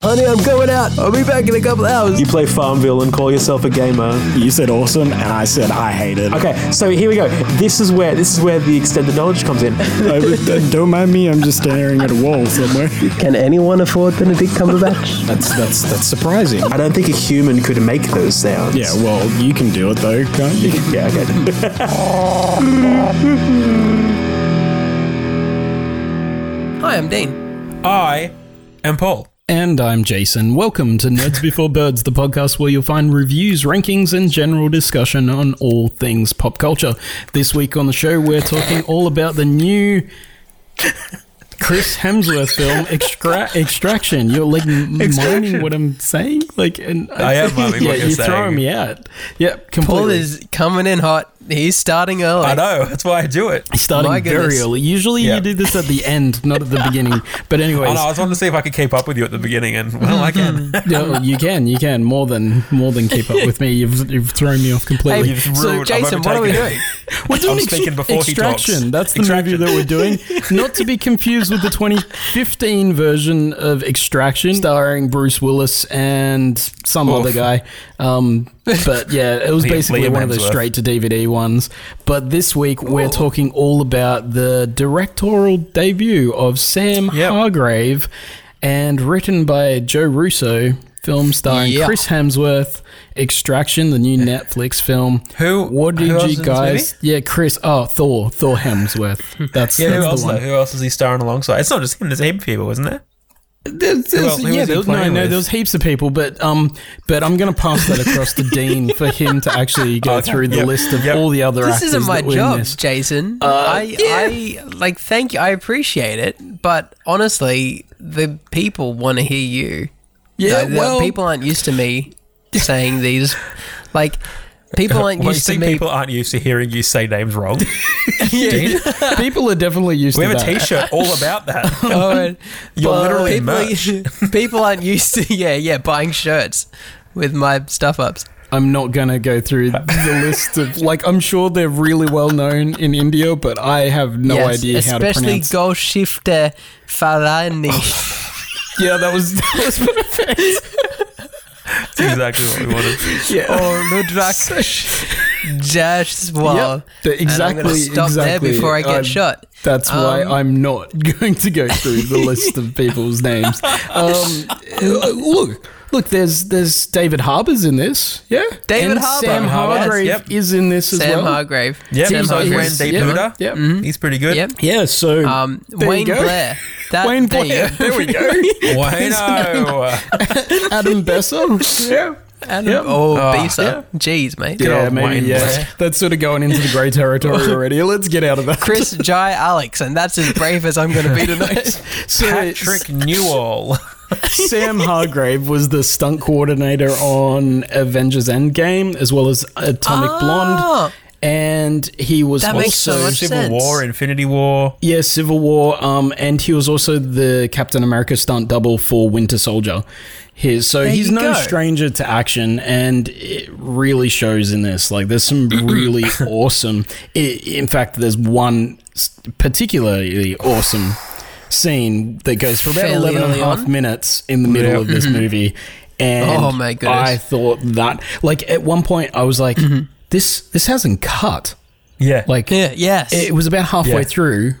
Honey, I'm going out. I'll be back in a couple hours. You play Farmville and call yourself a gamer. You said awesome, and I said I hate it. Okay, so here we go. This is where this is where the extended knowledge comes in. I would- don't mind me. I'm just staring at a wall somewhere. Can anyone afford Benedict Cumberbatch? That's that's that's surprising. I don't think a human could make those sounds. Yeah, well, you can do it though, can't you? Yeah, okay. Hi, I'm Dean. I am Paul. And I'm Jason. Welcome to Nerds Before Birds, the podcast where you'll find reviews, rankings, and general discussion on all things pop culture. This week on the show, we're talking all about the new Chris Hemsworth film, Extra- Extraction. You're like m- mining what I'm saying, like, and I am miming yeah, what you're you're throwing saying. me out. Yeah, completely. Paul is coming in hot. He's starting early. I know. That's why I do it. starting My goodness. very early. Usually, Yeah. you do this at the end, not at the beginning. But Hmm. anyways, I know. I was wanting to see if I could keep up with you at the beginning, and well, I can. No, you can, you can more than more than keep up with me. You've you've thrown me off completely. You've So, ruined- I've Jason, what are we overtaken doing? it. we're doing I'm speaking before he talks. Extraction. That's the Extraction. movie that we're doing, not to be confused with the 2015 version of Extraction, starring Bruce Willis and some Oof. other guy. Um, but yeah, it was Liam- basically Liam one of those Hemsworth. straight to DVD ones. But this week we're talking all about the directorial debut of Sam Yep. Hargrave, and written by Joe Russo. Film starring Yeah. Chris Hemsworth, Extraction, the new Netflix film. Who- What who did else you is in this guys? Yeah, Chris. Oh, Thor. Thor Hemsworth. That's, Yeah, who that's else? the Though? one. Who else is he starring alongside? It's not just him. There's a heap of people, isn't there? There's, there's- else- who yeah, is he there was, no, playing no, with? there was heaps of people, but um, but I'm gonna pass that across to Dean for him to actually go Okay. through the Yep. list of Yep. all the other This actors isn't my that were in job, this. Jason. I, I like thank you. I appreciate it, but honestly, the people want to hear you. Yeah, Like, the well, people aren't used to me saying these. Like, people aren't Well, you used to see, me. people aren't used to hearing you say names wrong. Dean. people are definitely used We to have a that. T-shirt all about that. All right. You're But literally people, people aren't used to yeah yeah buying shirts with my stuff ups. I'm not gonna go through the list of like I'm sure they're really well known in India, but I have no Yes, idea how to especially pronounce. Oh. Goal Shifter Farani. yeah, that was that was perfect. That's exactly what we wanted. Yeah. or Ludrak Jaswal. Oh, Yep, the- And I'm gonna exactly. stop exactly. Um, Uh, there before I get I'm- shot. That's why Um, I'm not going to go through the list of people's names. Um, look, look. There's there's David Harbour's in this. Yeah, David and Harbour. Sam Yes, Hargrave yep. is in this as Sam well. Hargrave. Yeah, Sam he's like Hargrave. Randeep Yep, Huda. yep. Mm-hmm. He's pretty good. Yep. Yeah. So Um, there you Wayne go. Blair. That, Wayne Uh, there you Blair. go. There we go. Wayno. Adam Besser. Yeah. Adam, Yep. Oh, Ah, Bisa. Jeez, mate. Good Yeah, old Wayne maybe. Yeah. Blair. That's sort of going into the grey territory already. Let's get out of that. Chris Jai Alex, and that's as brave as I'm going to be tonight. So, Patrick Newell. Sam Hargrave was the stunt coordinator on Avengers Endgame as well as Atomic Blonde. And he was Ah. That also makes so much Civil sense. War, Infinity War. yeah, Civil War. Um, and he was also the Captain America stunt double for Winter Soldier. His, so he's you go. no stranger to action, and it really shows in this. Like, there's some really awesome. i in fact, there's one s- particularly awesome scene that goes for about Fairly 11 and a early half on? minutes in the middle of this movie. And Oh, my goodness. Mm-hmm. I thought that, like, at one point, I was like, this this hasn't cut. Yeah. Like, yeah, yes. it was about halfway Yeah. through.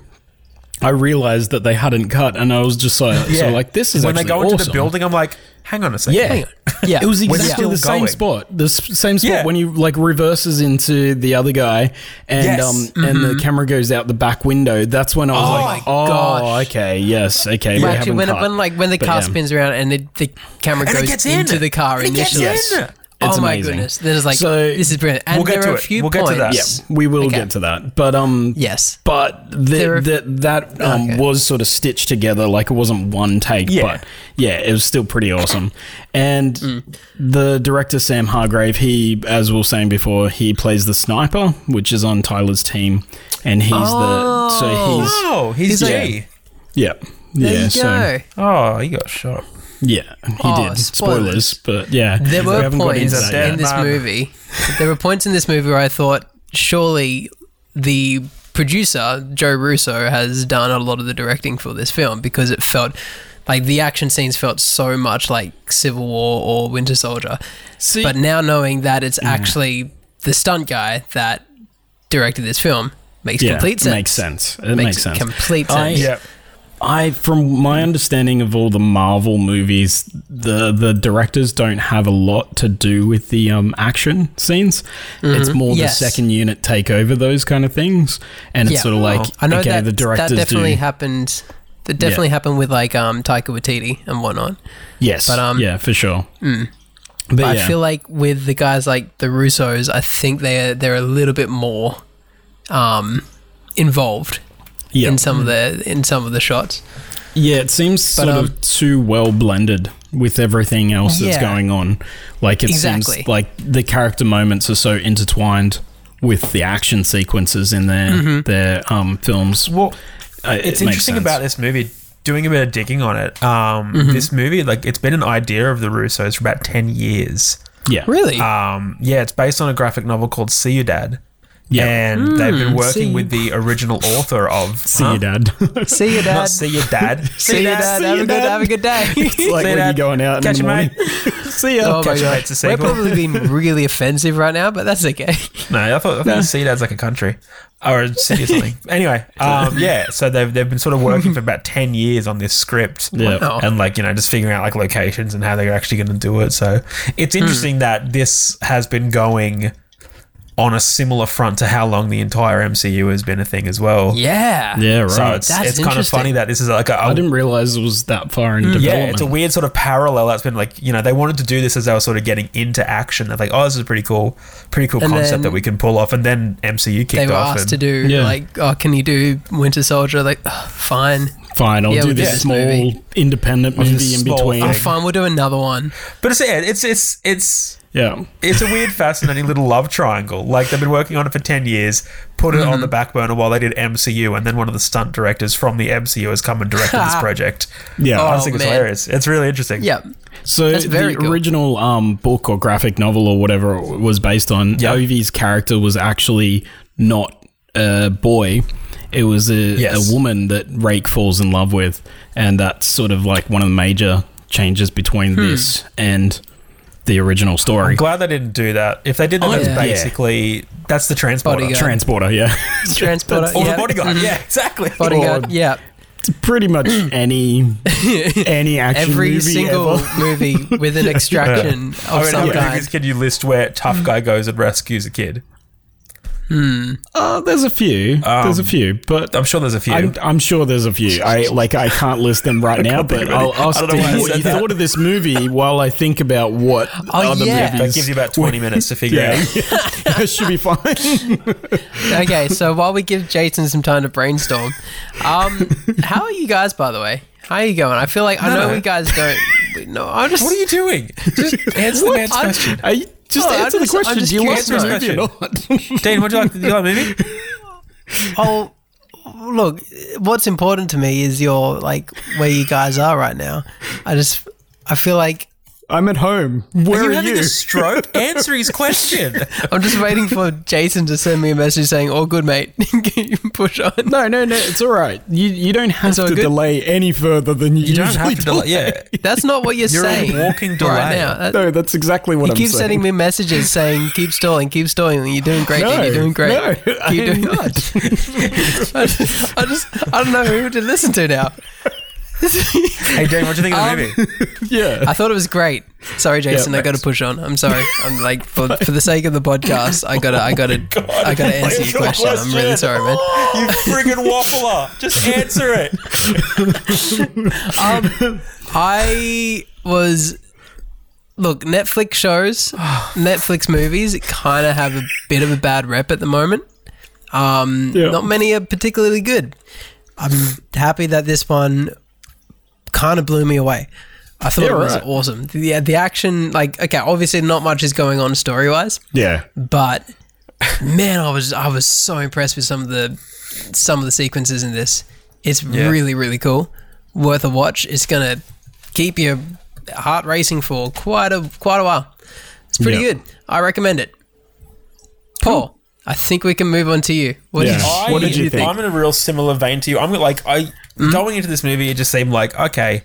I realized that they hadn't cut, and I was just so, so like, this is when they actually go into awesome. the building. I'm like, hang on a second. Yeah, Yeah. it was We're exactly still the same going. spot. The s- same spot Yeah. when you like reverses into the other guy, and Yes. um, and Mm-hmm. the camera goes out the back window. That's when I was like, my oh, gosh. okay, yes, okay. we Well, actually, haven't when, it- cut. when like when the But car yeah. spins around and it, the camera And it goes gets in. into the car And it gets initially. Yes. in. Oh It's my amazing. goodness! There's like So- this is brilliant. And We'll get there to are a it. few We'll get to points. that. Yeah, we will Okay. get to that. But um, Yes. but There the, are- the, that um, Okay. was sort of stitched together. Like it wasn't one take, Yeah. but yeah, it was still pretty awesome. And Mm. the director Sam Hargrave, he, as we were saying before, he plays the sniper, which is on Tyler's team, and he's the Oh, he's, He's like- G. so he's yeah There yeah you so go. oh, he got shot. yeah he Oh, did spoilers. spoilers. but yeah There we were haven't got points into that yet. in this Nah. movie. There were points in this movie where I thought surely the producer Joe Russo has done a lot of the directing for this film because it felt Like the action scenes felt so much like Civil War or Winter Soldier. See- Mm. but now knowing that it's actually the stunt guy that directed this film makes Yeah, complete sense. Makes sense. It makes, sense. Complete I- sense. Yeah. I, from my understanding of all the Marvel movies, the the directors don't have a lot to do with the um, action scenes. It's more Mm-hmm. Yes. the second unit take over those kind of things, and Yeah. it's sort of like I know okay, that the directors that definitely do. happened. That definitely happened with like um, Taika Waititi and whatnot. yes, but, um, yeah, for sure. But, But yeah. I feel like with the guys like the Russos, I think they're they're a little bit more um, involved yeah. Mm. in some of the in some of the shots. Yeah, it seems But, sort um, of too well blended with everything else that's Yeah. going on. Like it Exactly. seems like the character moments are so intertwined with the action sequences in their Mm-hmm. their um, films. Well, Uh, it it's makes interesting sense. about this movie. Doing a bit of digging on it, um, this movie like it's been an idea of the Russos for about ten years. Yeah, Really? Um, yeah, it's based on a graphic novel called See Your Dad. Yeah. Hmm, And they've been working with the original author of See Huh? you, Dad. see you, Dad. Not See Your Dad. See you, Dad. Have a good have a good day. It's like See you, when you're Dad. going out Catch in you, the mate. morning. See ya. Oh my Catch you, god, mate's a we're sequel. probably being really offensive right now, but that's okay. No, I thought, I thought see that's like a country or a city or something. anyway, um, yeah, so they've, they've been sort of working for about 10 years on this script Yeah. Wow. and like, you know, just figuring out like locations and how they're actually going to do it. So it's interesting that this has been going on a similar front to how long the entire MCU has been a thing as well. Yeah. yeah, right. So it's, That's it's kind of interesting. funny that this is like a, I a didn't realize it was that far in Mm. yeah, development. it's a weird sort of parallel that's been like, you know, they wanted to do this as they were sort of getting into action. They're like, oh, this is a pretty cool, pretty cool And concept then- that we can pull off. And then MCU kicked They were off. asked to and- do Yeah. like, oh, can you do Winter Soldier? Like, "Ugh, fine, Fine, I'll Yeah, do we'll do this this small movie. independent Or movie this in small between. oh, thing. fine, we'll do another one. But it's, yeah, it's, it's, it's, Yeah, it's a weird, fascinating little love triangle. Like they've been working on it for ten years, put it Mm-hmm. on the back burner while they did MCU, and then one of the stunt directors from the MCU has come and directed this project. yeah. I Oh, just think it's man. hilarious. It's really interesting. Yep. So That's very the cool. original um, book or graphic novel or whatever it was based on, Yeah. Ovi's character was actually not a boy. It was a, Yes. a woman that Rake falls in love with, and that's sort of like one of the major changes between this and the original story. Glad they didn't do that. If they did that, Oh, that's yeah. basically that's the transporter. Bodyguard. Transporter, yeah, Transporter. yeah. Or Mm-hmm. the bodyguard. Yeah, exactly. Bodyguard. Or- Yeah. pretty much any any action Every movie single ever. movie with an extraction of I mean, how some many movies kind. can you list where tough guy goes and rescues a kid? Uh, there's a few, there's a few, but I'm sure there's a few. I'm, I'm sure there's a few. I like I can't list them right now, but I'll ask I don't know you why I what said you that. thought of this movie while I think about what other yeah. movies. that gives you about 20 minutes to figure yeah, out. yeah, should be fine. okay, so while we give Jason some time to brainstorm, um, how are you guys, by the way? How are you going? I feel like I know no. you guys don't. No, I'm just. What are you doing? Just answer the man's I'm- question. Are you, just Oh, I'm answer just- the I'm question. just Do you like curious this about movie or not? Dean, would you like to do a movie? Oh, look, what's important to me is your like where you guys are right now. I just, I feel like I'm at home. Are Where you are having you? a stroke? Answer his question. I'm just waiting for Jason to send me a message saying, "All good, mate. Can you push on?" no, no, no. It's all right. You you don't have all to good? delay any further than you, You don't usually have to delay. Yeah. That's not what you're, You're a saying. walking Right delay. now. That- No, that's exactly what you I'm keep saying. sending me messages saying, "Keep stalling, keep stalling. You're doing great. No, dude. You're doing great. no, keep I am doing not. that." I just, I just, I don't know who to listen to now. Hey, Dean, what do you think of the movie? Yeah. I thought it was great. Sorry, Jason. I got to push on. I'm sorry. I'm like for, for the sake of the podcast, I gotta, I gotta, I gotta answer your question. I'm really sorry, man. You friggin' waffler. Just answer it. Um, I was. Look, Netflix shows, Netflix movies kind of have a bit of a bad rep at the moment. Um, Yeah. Not many are particularly good. I'm happy that this one kind of blew me away. I thought Yeah, it was right. awesome. The, the action, like, okay, obviously not much is going on story wise, Yeah. but man, I was I was so impressed with some of the some of the sequences in this. It's really really cool, worth a watch. It's gonna keep your heart racing for quite a quite a while. It's pretty Yeah. good. I recommend it. Paul, I think we can move on to you. What Yeah. did you- I, What did you think? I'm in a real similar vein to you. I'm like I going into this movie, it just seemed like okay,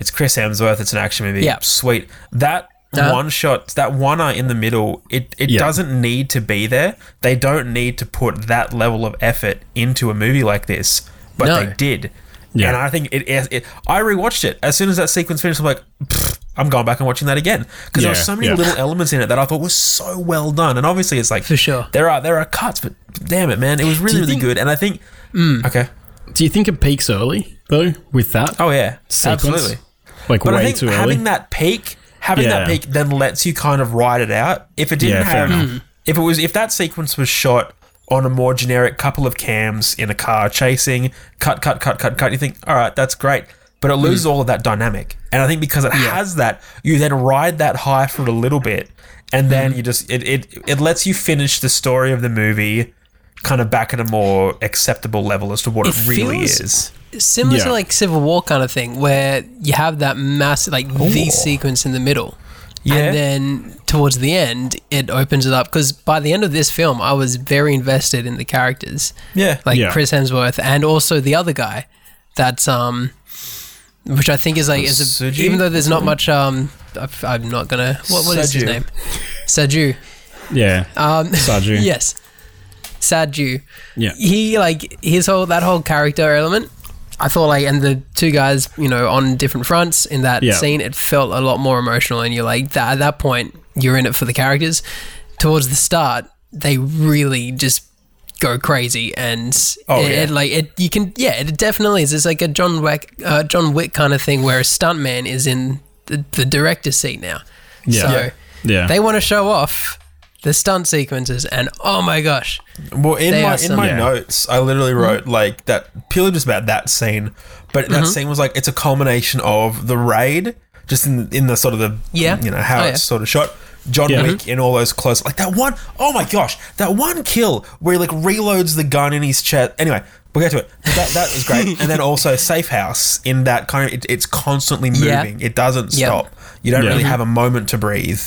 It's Chris Hemsworth. It's an action movie. Yeah. Sweet. That Uh-huh. one shot, that one in the middle, it, it Yeah. doesn't need to be there. They don't need to put that level of effort into a movie like this, but No. they did. Yeah. And I think it, it, it. I rewatched it as soon as that sequence finished. I'm like, "Pfft, I'm going back and watching that again because there were Yeah, so many yeah. little elements in it that I thought was so well done. And obviously, it's like For sure. there are there are cuts, but damn it, man, it was really really think- good. And I think Mm. okay, Do you think it peaks early though with Uh, that oh yeah, sequence? absolutely. Like But way I think too early. having that peak, having that Yeah. peak, then lets you kind of ride it out. If it didn't Yeah, fair have, if it was, if that sequence was shot on a more generic couple of cams in a car chasing, cut, cut, cut, cut, cut, you think, all right, that's great. But it loses all of that dynamic. And I think because it has that, you then ride that high for a little bit. And then you just, it, it, it lets you finish the story of the movie kind of back at a more acceptable level as to what it, It really feels- is. Similar to Yeah. like Civil War kind of thing, where you have that massive like the sequence in the middle. Yeah. And then towards the end, it opens it up because by the end of this film, I was very invested in the characters, Yeah. like Yeah. Chris Hemsworth and also the other guy. That's um, which I think is like is a, Suji even though there's not much um, I- I'm not gonna what what is his Saju. name? Saju. Yeah. Um, Saju. yes, Saju. Yeah. He like his whole that whole character element. I thought like and the two guys you know on different fronts in that Yeah. scene it felt a lot more emotional and you're like that at that point you're in it for the characters. Towards the start they really just go crazy and Oh, it, yeah. it, like it you can yeah it definitely is it's like a John Wick uh, John Wick kind of thing where a stuntman is in the, the director's seat now. Yeah. So Yeah. Yeah. they want to show off the stunt sequences, and oh my gosh, Well, in They my are Mm-hmm. in my some- Yeah. notes, I literally wrote like that purely just about that scene, but Mm-hmm. that scene was like it's a culmination of the raid, just in in the sort of the Yeah. you know how Oh, yeah. it's sort of shot. John Yeah. Wick in all those close like that one oh my gosh that one kill where he like reloads the gun in his chest anyway we'll get to it But that, that was great and then also safe house in that kind of it, it's constantly Yeah. moving it doesn't Yeah. Mm-hmm. stop you don't Yeah. really have a moment to breathe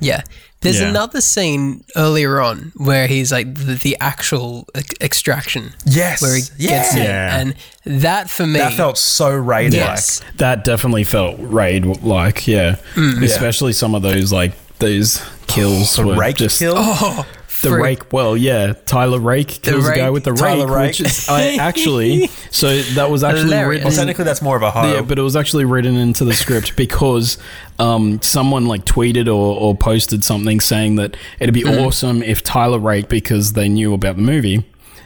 yeah. There's Yeah. another scene earlier on where he's like the, the actual e- extraction, yes where he gets yeah. it, Yeah. and that for me, that felt so raid like yes, That definitely felt raid like, yeah. Especially some of those like those kills the were rake just kill Oh, the Freak. rake. Well, yeah, Tyler Rake kills a guy Rake. with the Tyler rake, Rake. which is I actually. So that was actually Hilarious. Well, Mm. written. technically, that's more of a horror. Yeah, but it was actually written into the script because um, someone like tweeted or, or posted something saying that it'd be awesome if Tyler Rake, because they knew about the movie,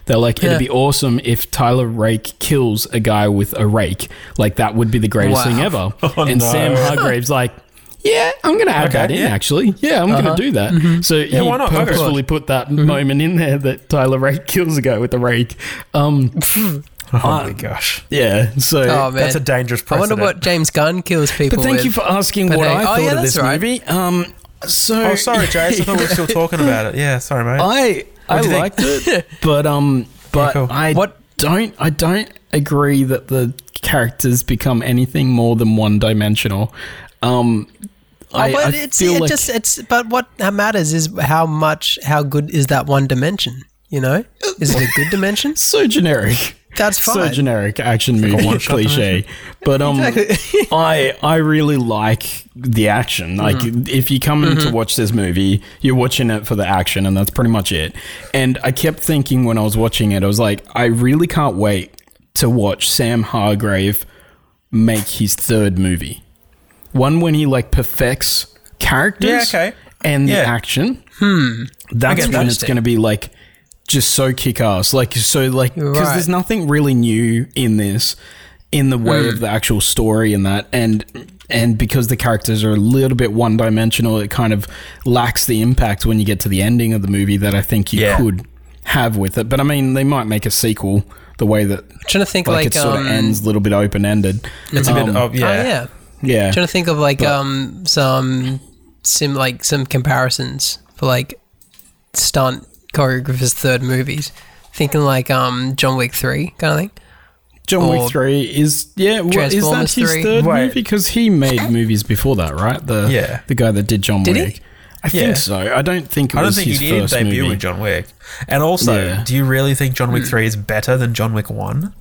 they're like, it'd Yeah. be awesome if Tyler Rake kills a guy with a rake. Like, that would be the greatest thing ever. and no. Sam Hargrave's like, yeah, I'm going to add that in, yeah. actually. Yeah, I'm going to do that. So he why not? Okay. purposefully put that Mm-hmm. moment in there that Tyler Rake kills a guy with a rake. Um, oh my gosh, yeah, so... Oh man, that's a dangerous I precedent. wonder what James Gunn kills people. But thank with. you for asking But what hey- I oh, thought yeah, of this that's right. movie. Um, so Oh, sorry, Jace. I thought we were still talking about it. Yeah, sorry, mate. I I do you think? liked it, but um, but cool. I What- don't I don't agree that the characters become anything more than one dimensional. Um, I, Oh, but I it's feel it like just it's but what matters is how much how good is that one dimension? You know, is it a good dimension? so generic. That's so fine. generic action movie cliche but um i i really like the action like if you come in to watch this movie you're watching it for the action and that's pretty much it and i kept thinking when i was watching it i was like i really can't wait to watch sam hargrave make his third movie one when he like perfects characters Yeah, okay. and the Yeah. action Hmm. that's Okay, when it's interesting. going to be like just so kick ass. Like so like because Right. there's nothing really new in this in the way Hmm. of the actual story and that and and because the characters are a little bit one dimensional, it kind of lacks the impact when you get to the ending of the movie that I think you Yeah. could have with it. But I mean, they might make a sequel the way that trying to think like, like, it sort um, of ends a little bit open ended. it's a bit. Of, Um, yeah. Oh yeah. Yeah. trying to think of like um some sim like some comparisons for like stunt choreographers third movies thinking like um john wick 3 kind of thing John or Wick 3 is yeah, what, is that Transformers Eh. his 3? third Wait. movie because he made movies before that, right? The Yeah. the guy that did John Did he? Wick. I Yeah. think so. I don't think it I don't was think he his did first debut movie. with John Wick. And also, Yeah. do you really think John Wick Three is better than John Wick One?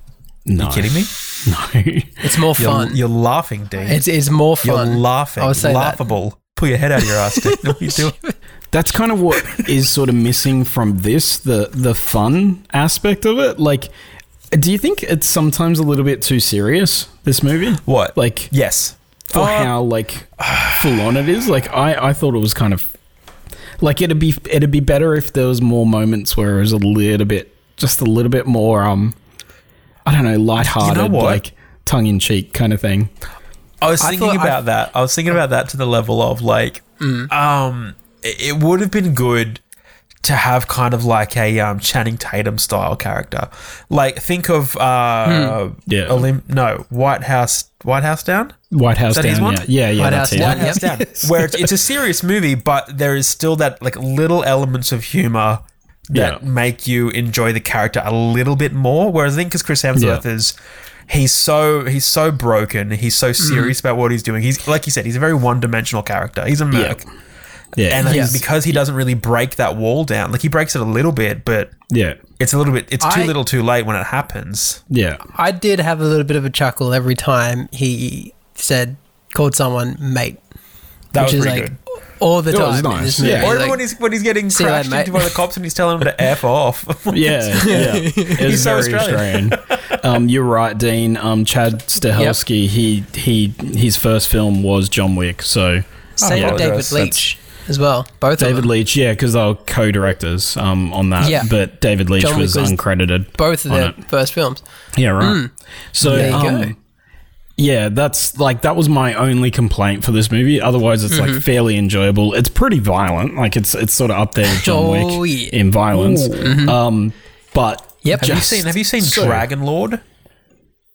No. Kidding me? No. It's more You're, fun. you're laughing, Dean. it's, it's more you're fun. laughing. I would say that. laughable. Pull your head out of your ass, Dean. What are you doing? That's kind of what is sort of missing from this the the fun aspect of it. Like, do you think it's sometimes a little bit too serious? This movie, What? like Yes. for Uh, how like full on it is. Like, I I thought it was kind of like it'd be it'd be better if there was more moments where it was a little bit just a little bit more um I don't know lighthearted what? like tongue in cheek kind of thing. I was I thinking thought I- about that. I was thinking about that to the level of like, um, it it would have been good to have kind of like a um, Channing Tatum style character. Like, think of uh, Yeah. Olim- no, White House, White House Down. White House that his Down, one? yeah, yeah, yeah White that's House it. Down. White House Yep. Down, where it's, it's a serious movie, but there is still that like little elements of humor that Yeah. make you enjoy the character a little bit more. Whereas I think because Chris Hemsworth is. He's so he's so broken. He's so Mm-hmm. serious about what he's doing. He's like you said. He's a very one-dimensional character. He's a merc, Yeah, and I think Yes. because he doesn't really break that wall down. Like he breaks it a little bit, but yeah, it's a little bit. It's too I- little, too late when it happens. yeah. I did have a little bit of a chuckle every time he said, called someone mate, That which was is pretty like good. all the It was time. in nice, this movie. yeah. Or Like, when he's when he's getting "See you later, crashed into mate." one of the cops and he's telling him to f off. Yeah, yeah. It's so very Australian. Australian. Um, you're right, Dean. Um, Chad Stahelski. He he. His first film was John Wick. So same I with David apologize. Leach as well. Both of David them. Leach. Yeah, because they were co-directors um, on that. Uh-huh. Yeah. But David Leach John Wick was, was uncredited. both of on their it. first films. Yeah, right. So There you um, go. yeah, that's like that was my only complaint for this movie. Otherwise, it's Mm-hmm. like fairly enjoyable. It's pretty violent. Like it's it's sort of up there with John Wick Oh, yeah. mm-hmm. in violence. Um, but Yep. Have Have you just seen Have you seen so- Dragon Lord?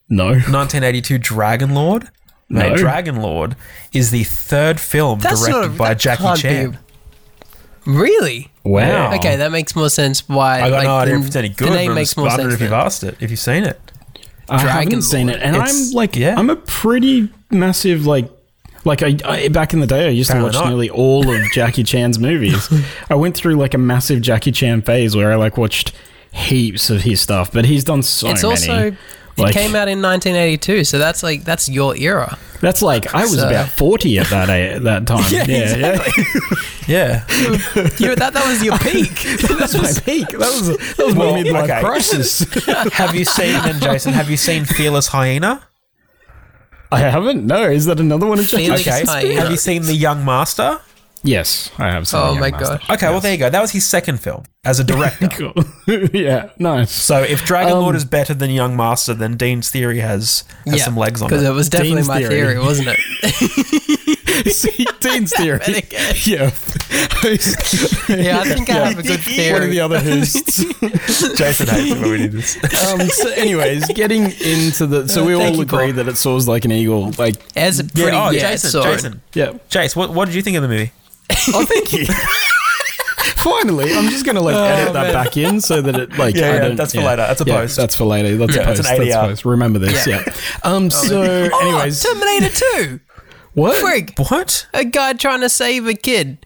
No. 1982 Dragon Lord? No. No. Dragon Lord is the third film That's directed not a, by that Jackie can't Chan. be a- Really? Wow. Okay, that makes more sense. Why? I got like, no idea the- if it's any good. The but name I'm makes just more wondering sense. if you've now. asked it, if you've seen it. I Dragon haven't seen it, Lord. and It's- I'm like, yeah. I'm a pretty massive like, like I, I back in the day, I used to watch Apparently not. nearly all of Jackie Chan's movies. I went through like a massive Jackie Chan phase where I like watched heaps of his stuff, but he's done so It's many. also Like- it came out in 1982, so that's like that's your era. That's like I was So- about forty at that a- at that time. yeah, yeah, Yeah. You know, that that was your peak. that's my peak. That was that was Well, my midlife okay. crisis. have you seen then Jason? Have you seen Fearless Hyena? I haven't. No, is that another one of Jackie's? Felix Okay. Hyena. Have you seen The Young Master? Yes, I have. seen Oh Young my Master. gosh. Okay, well there you go. That was his second film as a director. Cool. yeah, nice. so if Dragon Um, Lord is better than Young Master, then Dean's theory has, has some legs on because it. it was definitely Dean's my theory. theory. wasn't it? See, Dean's theory. Yeah. Yeah, I think I have a good One of theory. the other hosts. Jason hates it when we do this. um, so, anyways, getting into the. So, we thank all you, agree Paul. that it soars like an eagle. Like, As a Yeah, pretty oh, yeah, Jason, sword. Jason. yeah. Jace, what, what did you think of the movie? Oh, thank you. Finally, I'm just going to like edit that back in so that it like Yeah, I yeah, don't- that's for later. That's a post. That's for later. That's a Yeah, it's post. an that's ADR. post. Remember this. Yeah. Yeah. Um. Oh, So, anyways, oh, Terminator 2. what? Frig, What? a guy trying to save a kid.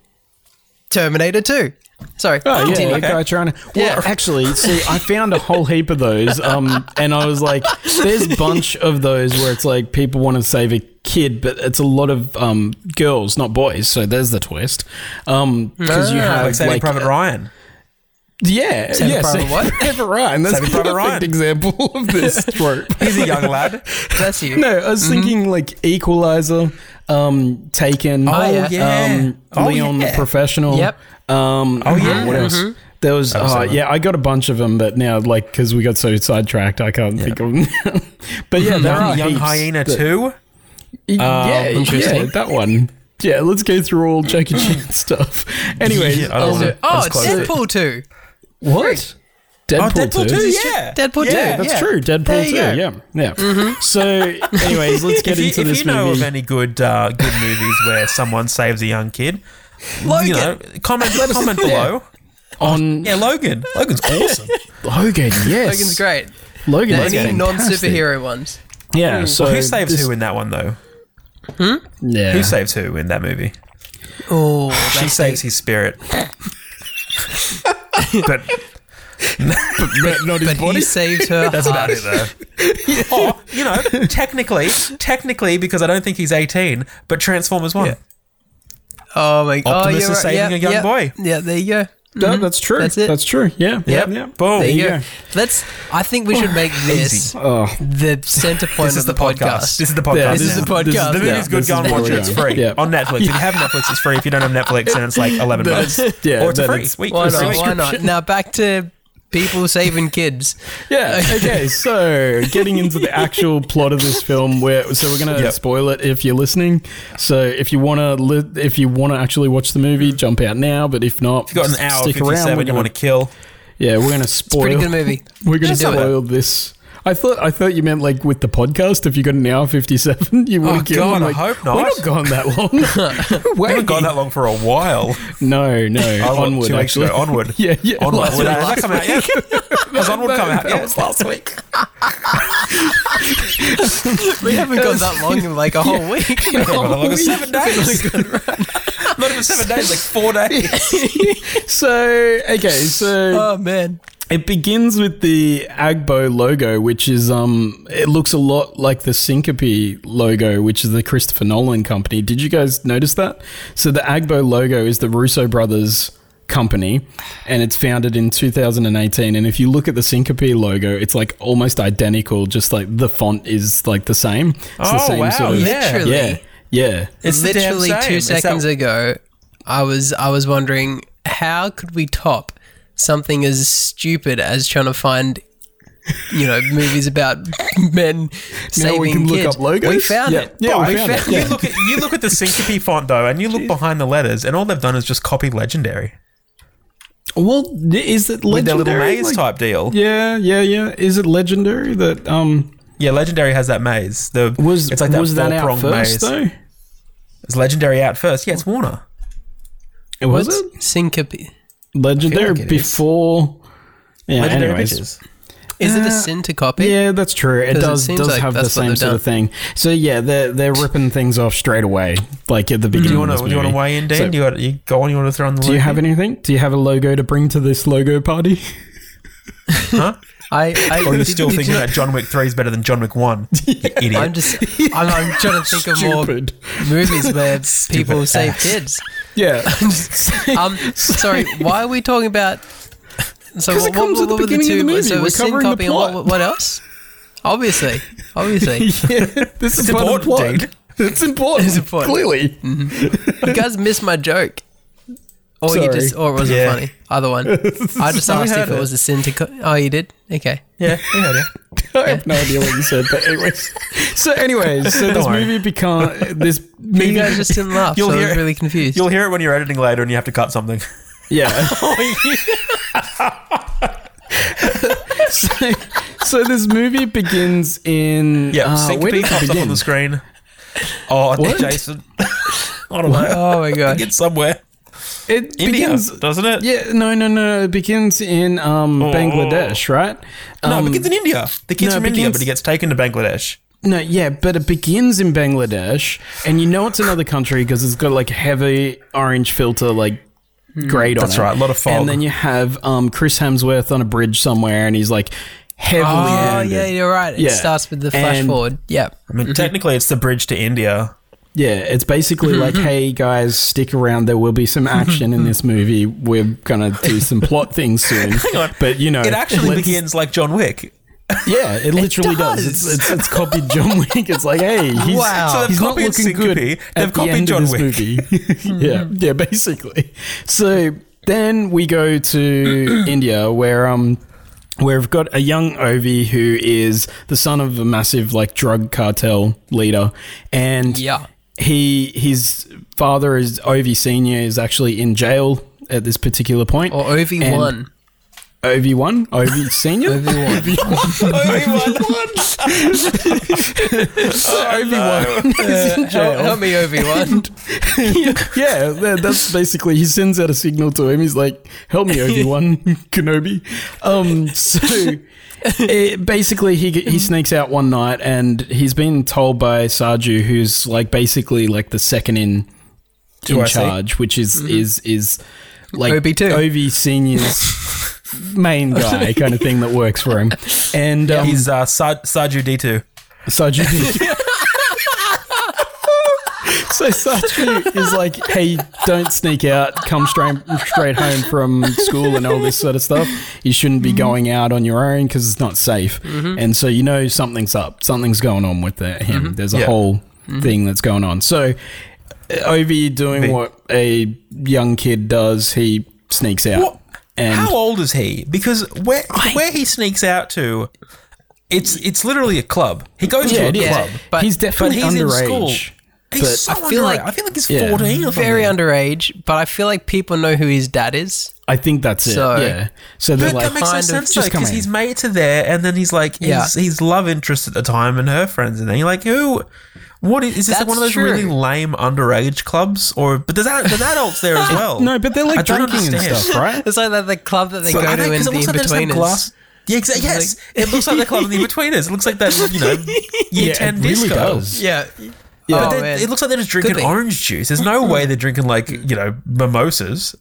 Terminator 2. Sorry. uh, Oh, yeah, continue. that guy trying to. Well, Yeah. actually, see, I found a whole heap of those, um, and I was like, "There's a bunch of those where it's like people want to save a kid, but it's a lot of um, girls, not boys." So there's the twist, Um, because Hmm. you have Like uh, like, Saving Private Ryan. yeah, Saving yeah, Private what? Private Ryan. That's a Saving Private perfect Ryan. example of this trope. Mm-hmm. He's a young lad. Bless you. No, I was thinking like Equalizer, um, Taken, Oh, yeah. yeah. um, Oh, Leon yeah. the Professional. Yep. Um, oh yeah. What else? There was, oh, Absolutely. yeah, I got a bunch of them, but now like because we got so sidetracked, I can't think of them. but Hmm. yeah, there are Young heaps Hyena that- 2. Um, yeah, interesting. yeah, that one. Yeah, let's go through all Jackie Chan stuff. Anyways, Yeah, I don't um, wanna- Oh, That's it's close. Deadpool 2. Oh, what? Deadpool, Deadpool 2, too. yeah. Deadpool yeah. 2. Yeah, that's yeah. true. There Deadpool you too. go. Yeah, yeah. So, anyways, let's get If you, into if this you know movie. of any good uh, good movies where someone saves a young kid, you know, comment comment below. on Yeah, Logan. Logan's awesome. Logan, yes. Logan's great. Logan is Any fantastic. non superhero ones? Hmm. Yeah. So Who saves this- who in that one though? Yeah. Who saves who in that movie? Oh, She saves his spirit. but but, but not his But body. he saved her. That's about it, though. Or, you know, technically, technically, because I don't think he's 18, but Transformers 1. Oh my god! Optimus oh, is you're right. saving Yep, a young yep. boy. Yeah, there you go. No, that's true. That's it. That's true. Yeah. Yep. Yeah. Boom. There you Oh, Yeah. go. Let's. I think we should make this Oh, the center point This of is the podcast. This is the podcast. Yeah, This is the Yeah. podcast. This is The Yeah, movie's good. this Go is and watch where it. we It's are. free Yeah. on Netflix. If you have Netflix, it's free. If you don't have Netflix, then it's like eleven bucks. yeah, or it's a then free. it's- week. Why It's not? free. Why not? Now back to people saving kids. Yeah. Okay. So, getting into the actual plot of this film, where so we're gonna Yep. spoil it if you're listening. So, if you wanna, li- if you wanna actually watch the movie, jump out now. But if not, You've got an just hour stick fifty-seven. around. We're you gonna, want to kill? yeah, we're gonna Pretty spoil. good movie. We're gonna Should do it. spoil this. I thought I thought you meant like with the podcast. If you got an hour fifty-seven, you want Oh, to kill. God, I'm I like, hope not. We're not gone that long. We haven't gone that long for a while. No, no. Oh, well, onward, two weeks ago. actually. Onward. Yeah, yeah. Onward. Last Did week. that come out yet? Has Onward come out? Yeah, last week. We haven't gone that long in like a whole week. Like seven days. Not even seven days. Like four days. So okay, so oh man. It begins with the Agbo logo, which is um, it looks a lot like the Syncope logo, which is the Christopher Nolan company. Did you guys notice that? So the Agbo logo is the Russo brothers company, and it's founded in 2018. And if you look at the Syncope logo, it's like almost identical. Just like the font is like the same. It's the Oh, same wow, yeah. Literally. yeah, yeah. It's the damn literally same. two It's that- seconds ago, I was I was wondering how could we top something as stupid as trying to find, you know, movies about men saving can look kids. up logos? We found Yeah. it. Yeah, we, we found it. found You look at you look at the syncope font though, and you look behind the letters, and all they've done is just copy legendary Well, is it legendary? with their little maze Like- type deal. Yeah. Yeah, yeah, yeah. Is it legendary that um? legendary has that maze. The Was it's like that was that out four-pronged first maze. though? Is legendary out first? Yeah, it's Warner. It was What's it syncope? legendary like it is. before. Yeah, Legendary anyways. bitches. Is it Uh, a syntocopy? Yeah, that's true. It 'Cause it does seems does like have the that's what same they've sort done. of thing. So yeah, they're they're ripping things off straight away, like at the beginning. Do you want want to? Do you want to weigh in, Dan? do you, want, you go on? You want to throw on the? do you have anything? Do you have a logo to bring to this logo party? I, I Or are you did- still did thinking you- that John Wick Three is better than John Wick One? You idiot. I'm just I'm, I'm trying to think of more Stupid. movies where people save kids. Yeah, Um, sorry, why are we talking about? So 'Cause it comes at the beginning of the movie. So it We're was covering the syncopy and plot. what, what else? Obviously, obviously, yeah. This is It's part of the plot. important, Dane. It's important. It's important. Mm. Clearly, you guys missed my joke. Or Sorry. you just, or it wasn't Yeah. funny. Either one. I just asked if it, was a syntocopy. Oh, you did. Okay. yeah, you heard it. I have no idea what you said, but anyways. So, anyways, so this worry. movie become this You movie. guys just didn't laugh, You'll so I hear- was really confused. You'll hear it when you're editing later and you have to cut something. yeah. so, so this movie begins in Yeah, uh, where syncope did it pops up begin? on the screen. Oh, Jason. I don't know. Oh my god. Get somewhere. It India, begins. doesn't it? Yeah, no, no, no. It begins in um, Bangladesh, right? No, Um, it begins in India. The kid's no, from it India, begins- but he gets taken to Bangladesh. No, Uh, yeah, but it begins in Bangladesh, and you know it's another country because it's got like heavy orange filter, like grade on it. That's right, a lot of fog. And then you have um, Chris Hemsworth on a bridge somewhere, and he's like heavily. Oh handed. yeah, you're right. It Yeah. starts with the flash And- forward. Yeah. I mean, technically, it's the bridge to India. Yeah, it's basically like, hey guys, stick around. There will be some action in this movie. We're gonna do some plot things soon. Hang on. but you know, It actually let's- begins like John Wick. Yeah, it literally does. does. It's, it's, it's copied John Wick. It's like, hey, he's, Wow. So they've he's not copied looking good. Syncope, at they've the copied end John of Wick. this movie. yeah, yeah, basically. So then we go to India, where um, where we've got a young Ovi who is the son of a massive like drug cartel leader, and Yeah. he his father is Ovi Senior is actually in jail at this particular point. Oh. Or OV one. Ovi one, Ovi Senior, OV one. Ovi one. Help, help me, OV one. yeah, that- that's basically he sends out a signal to him. He's like, "Help me, Obi Wan Kenobi." Um, so it, basically, he he sneaks out one night, and he's been told by Saju, who's like basically like the second in in I see? Mm-hmm. charge, which is is is like Obi too. Obi Senior's main guy kind of thing that works for him. And um, He's uh, Sar- Sarju D2. Saju. so Saju is like, hey, don't sneak out. Come straight straight home from school and all this sort of stuff. You shouldn't Mm-hmm. be going out on your own because it's not safe. And so you know something's up. Something's going on with uh, him. There's a Mm-hmm. Yeah. Mm-hmm. whole thing that's going on. So uh, Ovi doing what a young kid does. He sneaks out. What? And How old is he? Because where where he sneaks out to, it's it's literally a club. He goes Yeah, to a it is. club. But- he's definitely but he's in underage. school. He's But so I feel underage. like- I feel like he's Yeah. fourteen or something. Very underage, but I feel like people know who his dad is. I think that's it. So- yeah. So they're But like, that makes no kind of sense though, just come because in. he's made to there, and then he's like, Yeah. he's, he's love interest at the time, and her friends, and then you're like, who? What is, is this? Like That's one of those true. really lame underage clubs, or but there's, ad- there's adults there as well. no, but they're like I don't drinking and understand. stuff, right? It's like that the club that they So go are to they- in 'cause the it looks like they just have in-betweeners. glass- Yeah, exactly. Yes, it looks like the club in the in-betweeners. It looks like that, you know, year Yeah, it ten really disco. does. yeah. But Oh, they- man. it looks like they're just drinking be. orange juice. There's no way they're drinking like you know mimosas.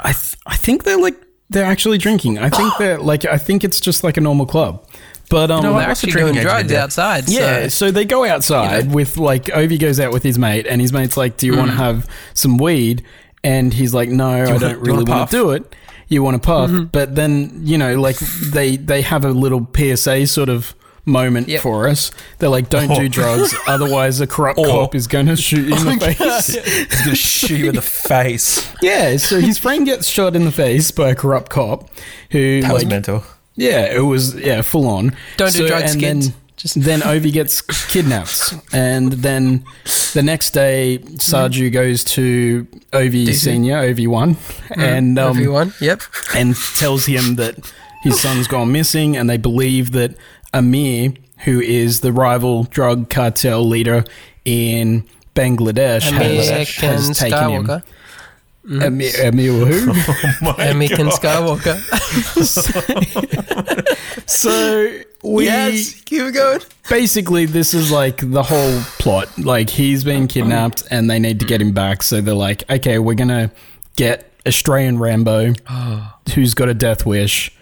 I th- I think they're like they're actually drinking. I think they're like I think it's just like a normal club. But um, they're actually doing drugs outside. yeah, Yeah. so they go outside with like Ovi goes out with his mate, and his mate's like, "Do you want to have some weed?" And he's like, "No, I wanna- don't you wanna really want puff?" to do it." You want to puff, but then you know, like they they have a little PSA sort of moment Yep. for us. They're like, "Don't do drugs, otherwise a corrupt cop is going to shoot you in the face." He's gonna shoot you in the face. Yeah, so his friend gets shot in the face by a corrupt cop who That was like, mental. yeah, it was yeah, full on. Don't do So- drugs, and kids. Then, just then Ovi gets kidnapped, and then the next day Sarju goes to Ovi Senior, Ovi One, and um, Everyone. Yep. and tells him that his son's gone missing, and they believe that Amir, who is the rival drug cartel leader in Bangladesh, has, American has taken him. Skywalker. Amir, Amir who? American Skywalker. So we Keep going. basically this is like the whole plot. Like he's been kidnapped and they need to get him back. So they're like, okay, we're gonna get Australian Rambo, who's got a death wish,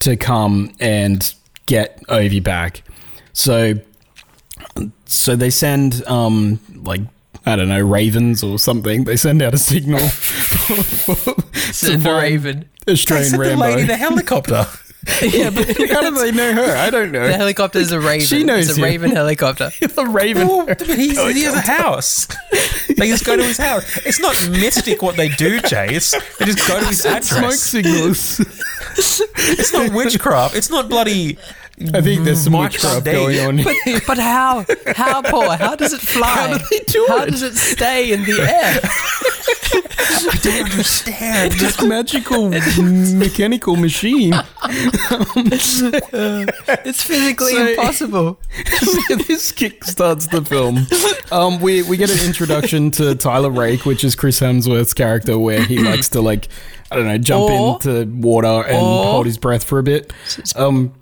to come and get Ovi back. So so they send um like I don't know ravens or something. They send out a signal. Send the Raven. They Australian sent the Rambo. lady the helicopter. Yeah, but How do they know her? I don't know. the helicopter is a Raven. She knows It's a you. Raven helicopter. the raven. Well, but he's, he has a house. They just go to his house. It's not mystic what they do, Chase. They just go to his Smoke address. signals. It's not witchcraft. It's not bloody. I think there's some Mike witchcraft Sundin. going on. But, but how? How, Paul? How does it fly? How, do they do it? does it stay in the air? I don't understand. This magical mechanical machine. It's physically So- impossible. this kickstarts the film. Um, we we get an introduction to Tyler Rake, which is Chris Hemsworth's character, where he likes to like I don't know jump Or- into water and or- hold his breath for a bit. Um,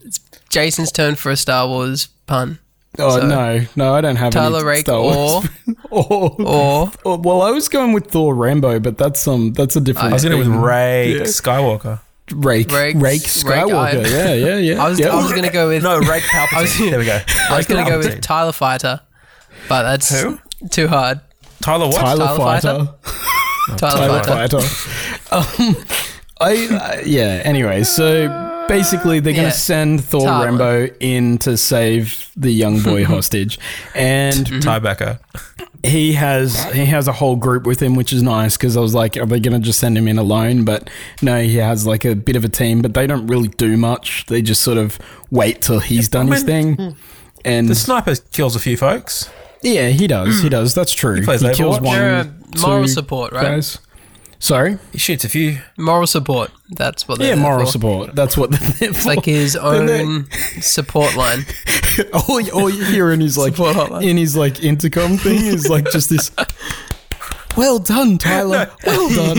Jason's turn for a Star Wars pun. oh so- no, no, I don't have Tyler any Rake Star or Wars. or, or or- well, I was going with Thor Rambo, but that's um that's a different. I was going to with thing. Ray Skywalker. Rake Rake, Rakes- Rake Skywalker. Iron- yeah, yeah, yeah. I was yeah. I was gonna go with No, Ray Palpatine. there we go. I was gonna go with Tyler Fighter, but that's Who? too hard. Tyler what? Tyler, Tyler Fighter. Fighter? Tyler, Tyler Fighter. Fighter. um, I, I yeah. Anyway, so basically they're Yeah. gonna send Thor Tyler. Rambo in to save the young boy hostage, and Tybacker. he has he has a whole group with him, which is nice because I was like, are they gonna just send him in alone? But no, he has like a bit of a team, but they don't really do much. They just sort of wait till he's done his thing. And The sniper kills a few folks. yeah, he does. He does. That's true. He, plays kills Overwatch. one. They're a moral two support, right? guys. Sorry. He shoots a few. Moral support. That's what. They're Yeah, there moral for. support. That's what they're for. Like his own support line. all, you- all you hear in his like Support hotline. in his like intercom thing is like just this. Well done, Tyler. Well done.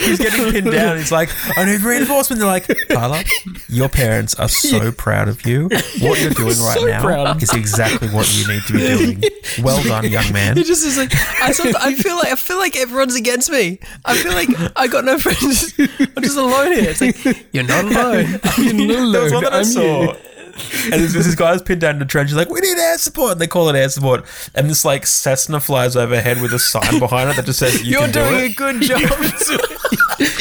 He's getting pinned down. He's like, I need reinforcement. They're like, Tyler, your parents are so proud of you. What you're doing right So now proud. is exactly what you need to be doing. Well done, young man. It just is like I, somet- I feel like I feel like everyone's against me. I feel like I got no friends. I'm just alone here. It's like you're not alone. There was one that I I'm saw. And this, this guy's pinned down in a trench. He's like, "We need air support," and they call it air support. And this like Cessna flies overhead with a sign behind it that just says, "You You're can do doing it." a good job.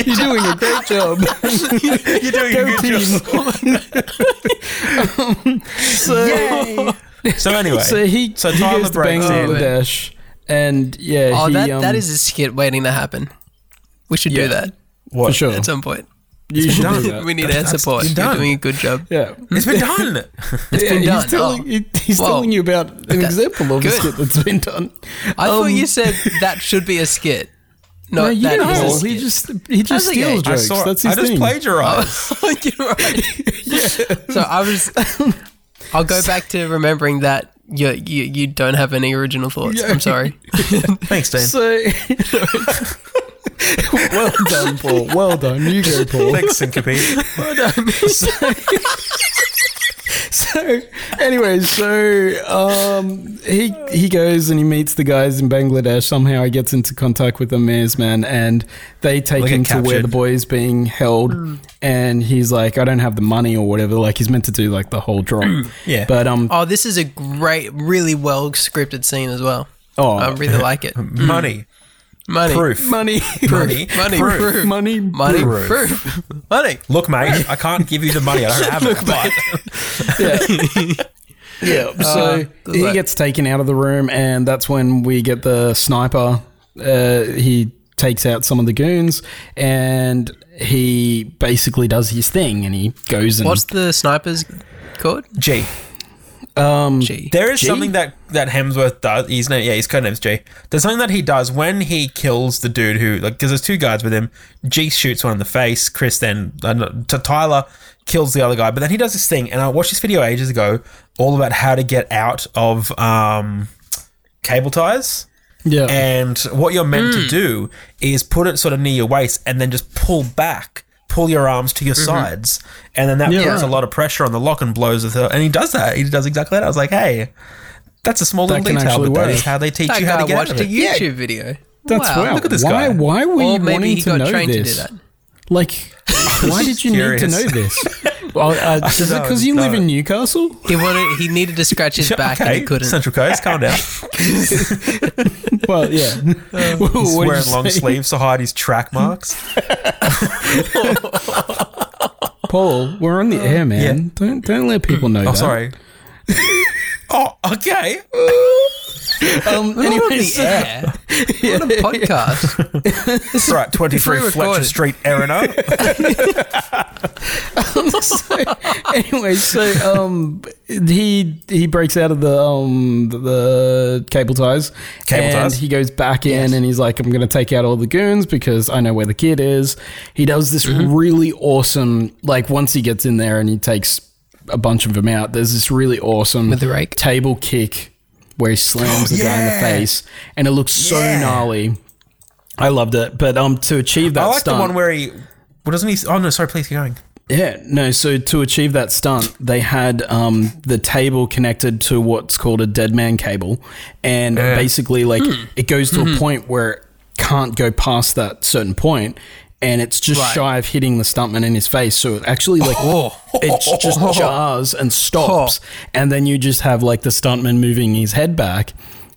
You're doing a great job. You're doing a good job. So, So anyway, so he so he Tyler goes to breaks Bangladesh, in. and yeah, Oh, he, that, um, that is a skit waiting to happen. We should Yeah. do that What? for sure. at some point. You should done. do that. we need air support. been You're done. doing a good job. Yeah. It's been done. It's been Yeah, done. He's, telling, Oh, he- he's Whoa. telling you about an example of a Good. skit that's been done. I thought Um, you said that should be a skit. No, No, you that know, is a he skit. just he just like, steals yeah, I jokes. saw. that's his I just thing. plagiarized. You're right. So I was. I'll go back to remembering that you you, you don't have any original thoughts. I'm sorry. Thanks, Dan. So, well done, Paul. Well done, you go, Paul. Thanks, syncope. so, so anyway, so um, he he goes and he meets the guys in Bangladesh. Somehow he gets into contact with the mayor's man, and they take Like, him get to where captured. the boy is being held. And he's like, "I don't have the money or whatever." Like he's meant to do like the whole draw. Yeah. but um, Oh, this is a great, really well scripted scene as well. oh, I really like it. Money. Money, Proof. money, Money. money, Proof. proof. money, money, Proof. proof, money. Look, mate, I can't give you the money. I don't have it. But yeah. yeah. So good he luck. gets taken out of the room, and that's when we get the sniper. Uh, he takes out some of the goons, and he basically does his thing, and he goes and What's the sniper's called? G, um, G. there is G? something Mm. that that Hemsworth does. His name, yeah, his codename's G. There's something that he does when he kills the dude who, like, because there's two guys with him. G shoots one in the face. Chris then uh, no, T- Tyler kills the other guy, but then he does this thing, and I watched this video ages ago, all about how to get out of um, cable ties. yeah, And what you're meant Hmm. to do is put it sort of near your waist and then just pull back, pull your arms to your Mm-hmm. sides. And then that puts a lot of pressure on the lock and blows the And he does that. He does exactly that. I was like, hey, that's a small That little can detail, actually but that work. is how they teach That you how guy to get out watched of a it. YouTube video. that's wow. Look at this why, guy. Why were Or you maybe wanting he to got know trained this? to do that. Like, why did you need to curious. know this? Well, uh, is it because you live no. in Newcastle? He wanted. He needed to scratch his back and he couldn't. Central Coast, calm down. Well, yeah. What did He's you wearing long say? Hmm? sleeves to hide his track marks. Paul, we're on the air, man. Uh, yeah. Don't don't let people know. Oh, that. sorry. oh, okay. Um, We're on anyway, the so- air. What a podcast. Right, 23 Pre-recorded. Fletcher Street, Erino. so, anyway, so um, he he breaks out of the um the, the cable ties, Cable and ties? he goes back in, and he's like, "I'm going to take out all the goons because I know where the kid is." He does this Mm-hmm. really awesome, like once he gets in there and he takes a bunch of them out. There's this really awesome With the rake? table kick where he slams the guy in the Yeah. face, and it looks so Yeah. gnarly. I loved it, but um, to achieve that I like the stunt, one where he. Well, doesn't he? Oh, no, sorry, please keep going. yeah, no. So to achieve that stunt, they had um, the table connected to what's called a dead man cable, and basically, like, it goes to a point where it can't go past that certain point, and it's just Right. shy of hitting the stuntman in his face. So it actually, like, Oh. it j- just jars and stops, and then you just have like the stuntman moving his head back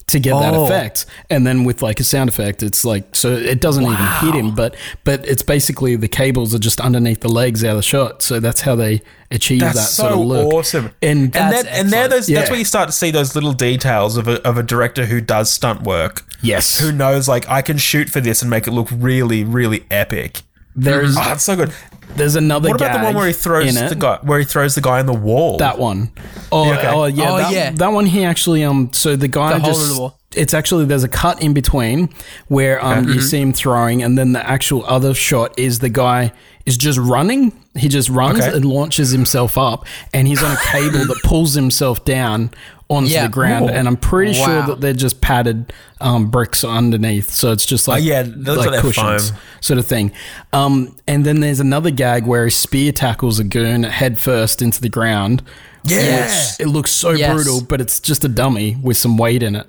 to get that Oh. effect, and then with like a sound effect, it's like so it doesn't even hit him, but but it's basically the cables are just underneath the legs out of the shot, so that's how they achieve That's that so sort of look. awesome. And and That's then, and there excellent. those, that's Yeah. where you start to see those little details of a, of a director who does stunt work yes, who knows like i can shoot for this and make it look really really epic there's oh that's so good there's another. what about the one gag where he throws in it. the guy where he throws the guy in the wall That one. Oh, okay. oh yeah, Oh, that, yeah. that one he actually um. So the guy The hole just in the wall. it's actually there's a cut in between where um, you Mm-hmm. see him throwing, and then the actual other shot is the guy is just running. He just runs Okay. and launches himself up, and he's on a cable that pulls himself down onto Yeah. the ground. Ooh. And I'm pretty sure Wow. that they're just padded um, bricks underneath, so it's just Oh, like yeah, those are like their cushions foam. sort of thing. Um, and then there's another gag where he spear tackles a goon head first into the ground. Yeah. Which- it looks so Yes. brutal, but it's just a dummy with some weight in it.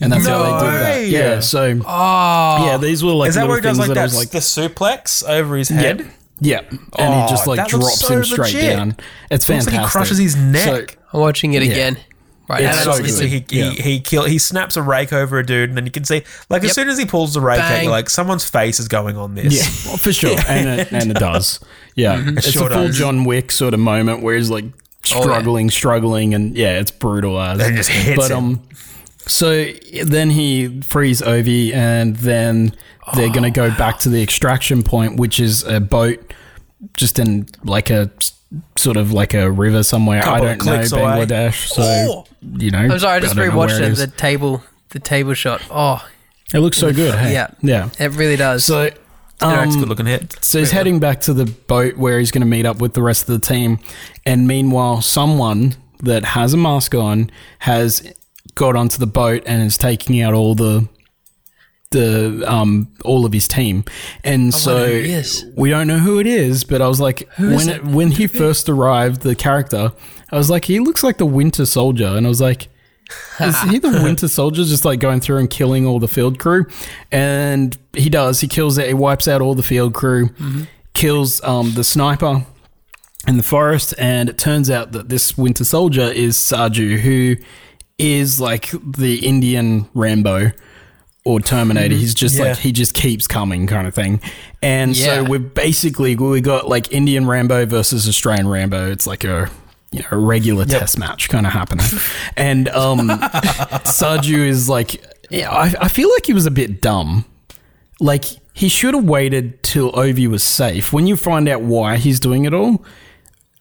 And that's how they did No. that. Yeah. So Oh. yeah, these were like Is that little where he does like things that that? I was like, the suplex over his head. yeah, yeah, and he just Oh, like that looks drops so him straight legit. down. Looks It's fantastic. like he crushes his neck. I'm watching it again. Right It's now. so So It's- it's it's a- he, he, he kill he snaps a rake over a dude, and then you can see like as Yep. soon as he pulls the rake, out, Bang. you're like someone's face is going on this. Yeah, well, for sure, and it, and it does. Yeah, it's sure a full does. John Wick sort of moment where he's like Mm-hmm. Oh, yeah. struggling, struggling, and yeah, it's brutal as. And just hits but him. um, so then he frees Ovi, and then they're gonna go back to the extraction point, which is a boat, just in like a s- sort of like a river somewhere. Couple I of don't know clicks away. Bangladesh, so Oh! you know. I'm sorry, I just don't know where rewatched it it. is. The table, the table shot. Oh, It looks so good. Hey? yeah, yeah. it really does. So. Yeah, it's a um, good looking hit. So he's heading back to the boat where he's going to meet up with the rest of the team. And meanwhile, someone that has a mask on has got onto the boat and is taking out all the the um all of his team. And so who he is. we don't know who it is, but I was like is when it? it, when he first arrived, the character, I was like he looks like the Winter Soldier and I was like is he the Winter Soldier just like going through and killing all the field crew? And he does. He kills it. He wipes out all the field crew, Mm-hmm. kills um, the sniper in the forest. And it turns out that this Winter Soldier is Saju, who is like the Indian Rambo or Terminator. He's just Yeah. like, he just keeps coming kind of thing. And Yeah. so we're basically, we got like Indian Rambo versus Australian Rambo. It's like a. You know, a regular test match kind of happening, and um, Saju is like, yeah, I, I feel like he was a bit dumb. Like, he should have waited till Ovi was safe. When you find out why he's doing it all,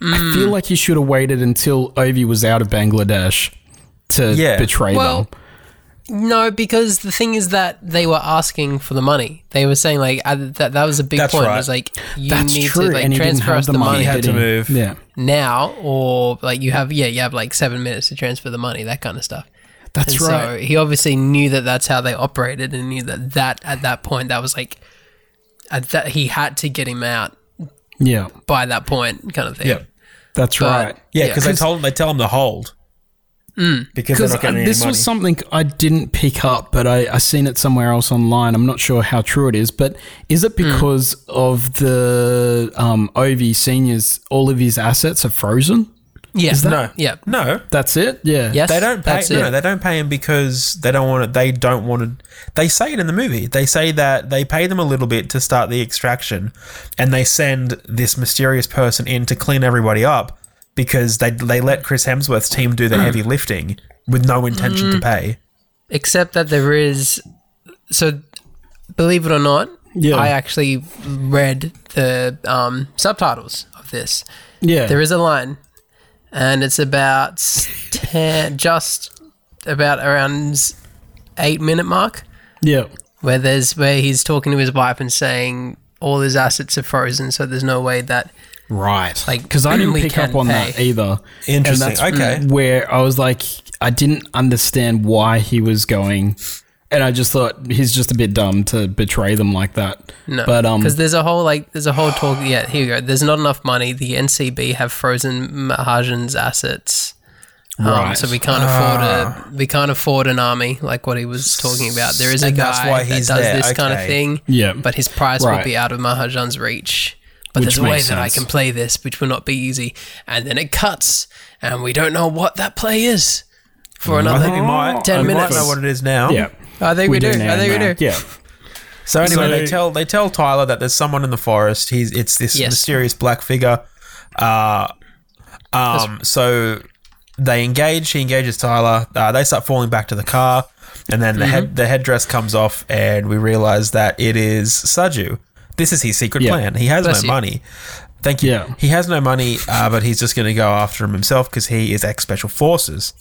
I feel like he should have waited until Ovi was out of Bangladesh to Yeah. betray Well, them. no, because the thing is that they were asking for the money. They were saying like uh, that. That was a big That's point. right. It was like you That's need true. to like and he didn't transfer have us the the money. money, had did to he? move. Yeah. now, or like you have yeah, you have like seven minutes to transfer the money, that kind of stuff. That's And So right. he obviously knew that that's how they operated, and knew that that at that point that was like at that he had to get him out Yeah. by that point, kind of thing. Yep. That's But- right. Yeah, Yeah, because they 'cause- told him they tell him to hold because they're Because not getting any uh, this money. was something I didn't pick up, but I, I seen it somewhere else online. I'm not sure how true it is, but is it because of the um, OV seniors? All of his assets are frozen. Yeah. no, Yeah. no, That's it. Yeah. Yes. they don't pay. That's No, it. they don't pay him because they don't want to. They don't want to. They say it in the movie. They say that they pay them a little bit to start the extraction, and they send this mysterious person in to clean everybody up because they they let Chris Hemsworth's team do the heavy lifting with no intention Mm-hmm. to pay. Except that there is. So, believe it or not, Yeah. I actually read the um, subtitles of this. Yeah. There is a line, and it's about ten, just about around s- eight minute mark. Yeah. where there's where he's talking to his wife and saying all his assets are frozen, so there's no way that Right. Like, Like, because I didn't we pick up can on that pay. either. Interesting. Okay. Where I was like, I didn't understand why he was going, and I just thought he's just a bit dumb to betray them like that. no, But um, because there's a whole like there's a whole talk. Yeah, here we go. There's not enough money. The NCB have frozen Mahajan's assets. Um, Right. So we can't Ah. afford a we can't afford an army like what he was talking about. There is a And guy that's why he's that does there, this kind of okay. thing. Yeah. but his price Right. will be out of Mahajan's reach. But Which there's a way makes that I sense. can play this, which will not be easy. And then it cuts, and we don't know what that play is for Mm-hmm. I another think we might. ten we minutes. Might know what it is now. yeah, I think we, do. now, I think we now. do. Yeah. So anyway, So- they tell they tell Tyler that there's someone in the forest. He's it's this Yes. mysterious black figure. Uh, um, so they engage. He engages Tyler. Uh, they start falling back to the car, and then the Mm-hmm. head the headdress comes off, and we realize that it is Saju. This is his secret Yeah. plan. He has Bless you. no money. Thank you. Yeah. He has no money, uh, but he's just going to go after him himself because he is ex special forces.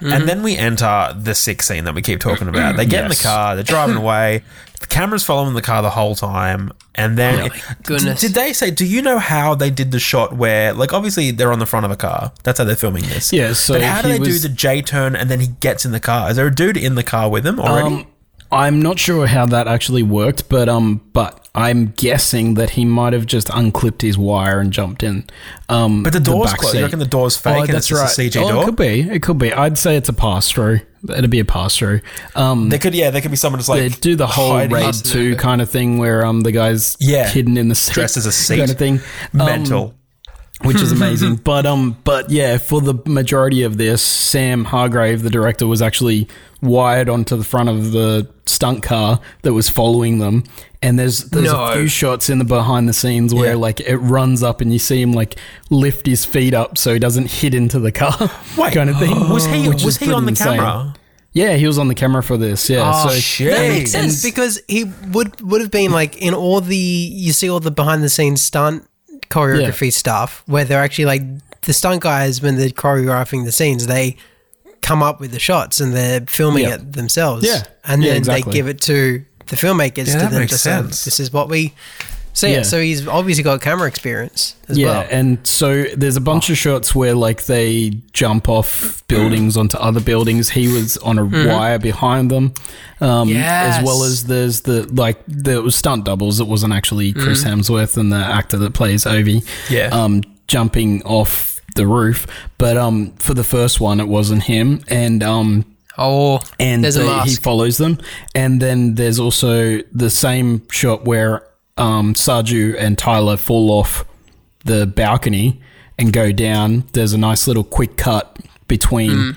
And then we enter the sex scene that we keep talking about. They get in the Mm-hmm. Yes. car, they're driving away. The camera's following the car the whole time. And then, goodness. Did, did they say, do you know how they did the shot where, like, obviously they're on the front of a car? That's how they're filming this. Yeah, so But how do he they was- do the J turn and then he gets in the car? Is there a dude in the car with him already? Um, I'm not sure how that actually worked, but um, but I'm guessing that he might have just unclipped his wire and jumped in. Um, but the door's back closed. seat. You reckon the door's fake Oh, and it's that's right. just a CG oh, door? It could be. It could be. I'd say it's a pass through. It'd be a pass through. Um, They could, yeah, there could be someone just they like do the whole hiding raid under- two kind of thing where um the guy's Yeah. hidden in the seat, Dressed as a seat. kind of thing. Um, mental. which is amazing. but um, but yeah, for the majority of this, Sam Hargrave, the director, was actually wired onto the front of the stunt car that was following them. And there's there's No. a few shots in the behind the scenes where Yeah. like it runs up and you see him like lift his feet up so he doesn't hit into the car, Wait, kind of thing. Was he which is was he pretty on the insane. camera? Yeah, he was on the camera for this. Yeah, so Oh, That makes sense because he would would have been like in all the you see all the behind the scenes stunt choreography stuff where they're actually like the stunt guys when they're choreographing the scenes they come up with the shots and they're filming Yeah. it themselves Yeah. and Yeah, then exactly. they give it to the filmmakers to Yeah, that then makes just say, sense. this is what we so yeah, Yeah. so he's obviously got camera experience as yeah, well and so there's a bunch of shots where like they jump off buildings onto other buildings. He was on a wire behind them, um, Mm-hmm. Yes. as well as there's the like there was stunt doubles. It wasn't actually Chris Mm-hmm. Hemsworth and the actor that plays Ovi. Yeah. um, jumping off the roof, but um, for the first one, it wasn't him, and um, oh and there's a they- he mask follows them. And then there's also the same shot where um, Sarju and Tyler fall off the balcony and go down. There's a nice little quick cut between Mm.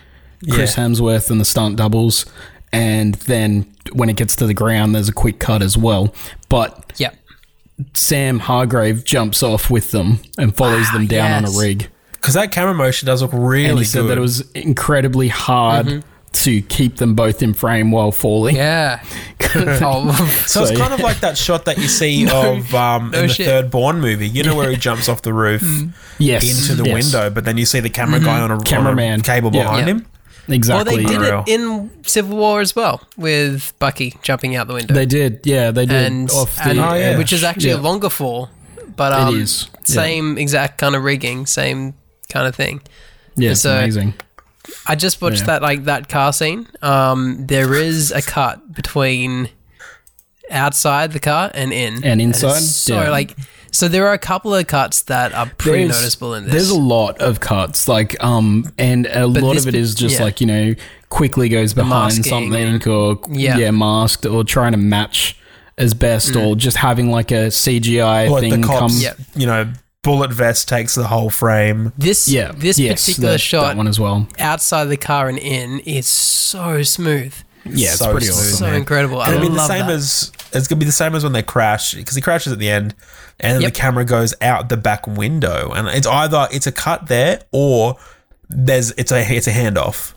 Chris Hemsworth and the stunt doubles, and then when it gets to the ground, there's a quick cut as well. But yeah Sam Hargrave jumps off with them and follows them down on Ah, yes. a rig Because that camera motion does look and really he said good. that it was incredibly hard to keep them both in frame while falling. Mm-hmm. yeah oh so it's kind of like that shot that you see of um, in the shit. third Bourne movie. You know where he jumps off the roof Hmm. Yes, into the yes. window, but then you see the camera guy on a, on a Cameraman. cable Yeah. behind Yeah. him. Well, Exactly. they did Unreal. it in Civil War as well with Bucky jumping out the window, They did, yeah, they did. and, off the and- Oh, yeah. edge. which is actually Yeah. a longer fall, but um, is, yeah. same exact kind of rigging, same kind of thing. yeah, it's so- amazing. I just watched Yeah. that like that car scene. Um, there is a cut between outside the car and in And inside, it's so yeah. like so there are a couple of cuts that are pretty noticeable in this. There's a lot of cuts, like um, and a lot this of it bit- is just yeah. like you know, quickly goes behind masking something or Yeah. Mm. yeah. masked or trying to match as best or just having like a CGI Like thing the come. cops, Yep. you know, bullet vest takes the whole frame. this Yeah, this yes, particular that- shot that one as well. outside the car and in is so smooth. Yeah, it's So pretty smooth. awesome. so man. incredible. I It'll be the love same that. as it's gonna be the same as when they crash because he crashes at the end, and Yep. the camera goes out the back window, and it's either it's a cut there or there's it's a it's a handoff.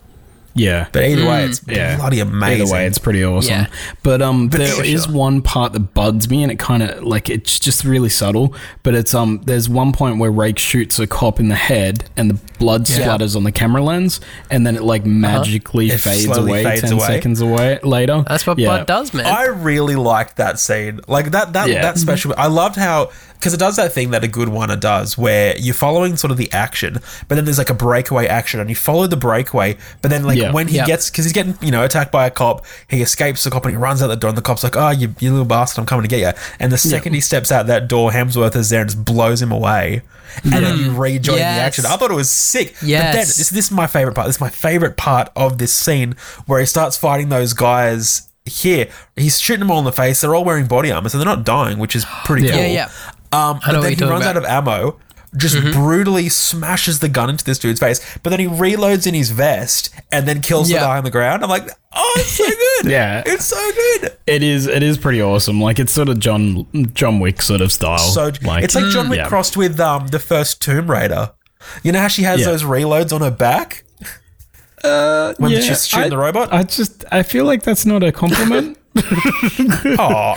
Yeah, But either Mm, way, it's Yeah. bloody amazing. Either way, it's pretty awesome. Yeah. But um, But there for is sure. one part that bugs me, and it kind of like it's just really subtle. But it's um, there's one point where Rake shoots a cop in the head, and the blood splatters on the camera lens, and then it like Uh-huh. magically It fades slowly away fades ten away. seconds away later. That's what Yeah. blood does, man. I really liked that scene. Like that that Yeah. Mm-hmm. that special. I loved how because it does that thing that a good one does, where you're following sort of the action, but then there's like a breakaway action, and you follow the breakaway, but then like Yeah. when he Yeah. gets because he's getting you know attacked by a cop, he escapes the cop and he runs out the door, and the cop's like, "Oh, you, you little bastard, I'm coming to get you." And the second he steps out that door, Hemsworth is there and just blows him away, and then you rejoin the Yes. action. I thought it was sick. But then Yes. this, this is my favorite part. This is my favorite part of this scene where he starts fighting those guys here. He's shooting them all in the face. They're all wearing body armor, so they're not dying, which is pretty Yeah, cool. yeah. Um, know what but then you're he talking runs out about. Mm-hmm. of ammo, just brutally smashes the gun into this dude's face, but then he reloads in his vest and then kills Yeah. the guy on the ground. I'm like, oh, it's so good. Yeah. It's so good. It is. It is pretty awesome. Like it's sort of John John Wick sort of style. Oh So like, it's like John Wick yeah. crossed with um, the first Tomb Raider. You know how she has Yeah. those reloads on her back? Uh, when Yeah, she's shooting I- the robot? I just I feel like that's not a compliment. Oh,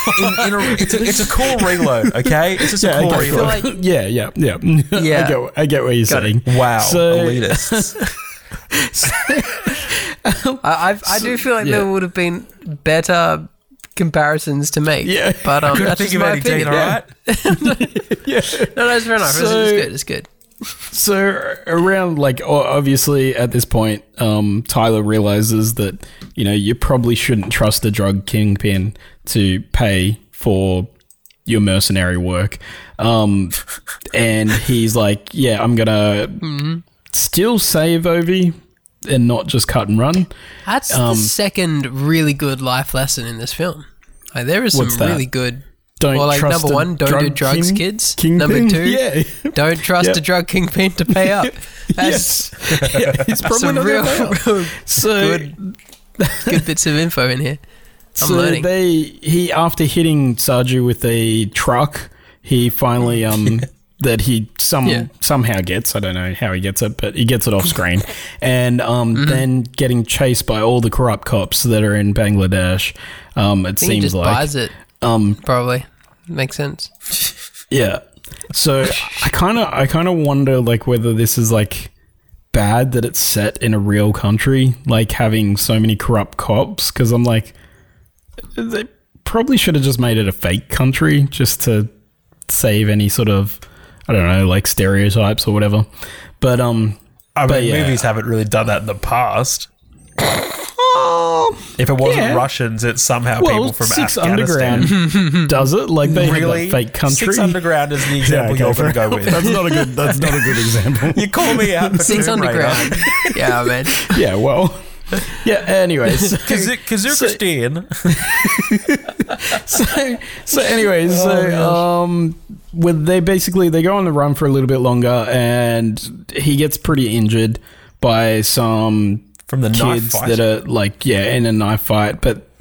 in, in a, it's, a, it's a cool reload, okay? It's just a cool okay, cool. reload. yeah, yeah, yeah. I Yeah. get, I get what you're saying. Wow, So- elitists. I, I've, I do feel like yeah. there would have been better comparisons to make. Yeah. but um, Couldn't that's think just of my any, opinion. Dean, all right? No, no, it's fair enough. It's- So- it's good. It's good. So around like o- obviously at this point, um, Tyler realizes that you know you probably shouldn't trust the drug kingpin to pay for your mercenary work, um, and he's like, "Yeah, I'm gonna still save Ovi and not just cut and run." That's the second really good life lesson in this film. Like, there is some What's that? really good. Don't Well, like trust number the one, don't do drug drugs, king- kids. kingpin? Number two, yeah, don't trust Yep. a drug kingpin to pay up. That's yes, yeah, it's probably some not real, gonna work. real so good, good bits of info in here. I'm so learning. they he after hitting Saju with a truck, he finally um that he some Yeah. somehow gets I don't know how he gets it, but he gets it off screen, and um then getting chased by all the corrupt cops that are in Bangladesh. Um, it I think he seems just like buys it, um probably. Makes sense. yeah. So I kind of I kind of wonder like whether this is like bad that it's set in a real country, like having so many corrupt cops. Because I'm like, they probably should have just made it a fake country just to save any sort of I don't know like stereotypes or whatever. But um, I But mean, yeah. movies haven't really done that in the past. if it wasn't yeah. Russians, it's somehow well, people from Six Afghanistan. Underground does it like they Really, have that fake country. Six Underground is the Yeah, example okay, you're going to fair go with. that's not a good. That's not a good example. You call me out for Six Tomb Underground. yeah, man. yeah. Well. Yeah. Anyways, Kazakhstan. so, so anyways, Oh, so um, with they basically they go on the run for a little bit longer, and he gets pretty injured by some From the knife kids fight. that are like yeah in a knife fight, but.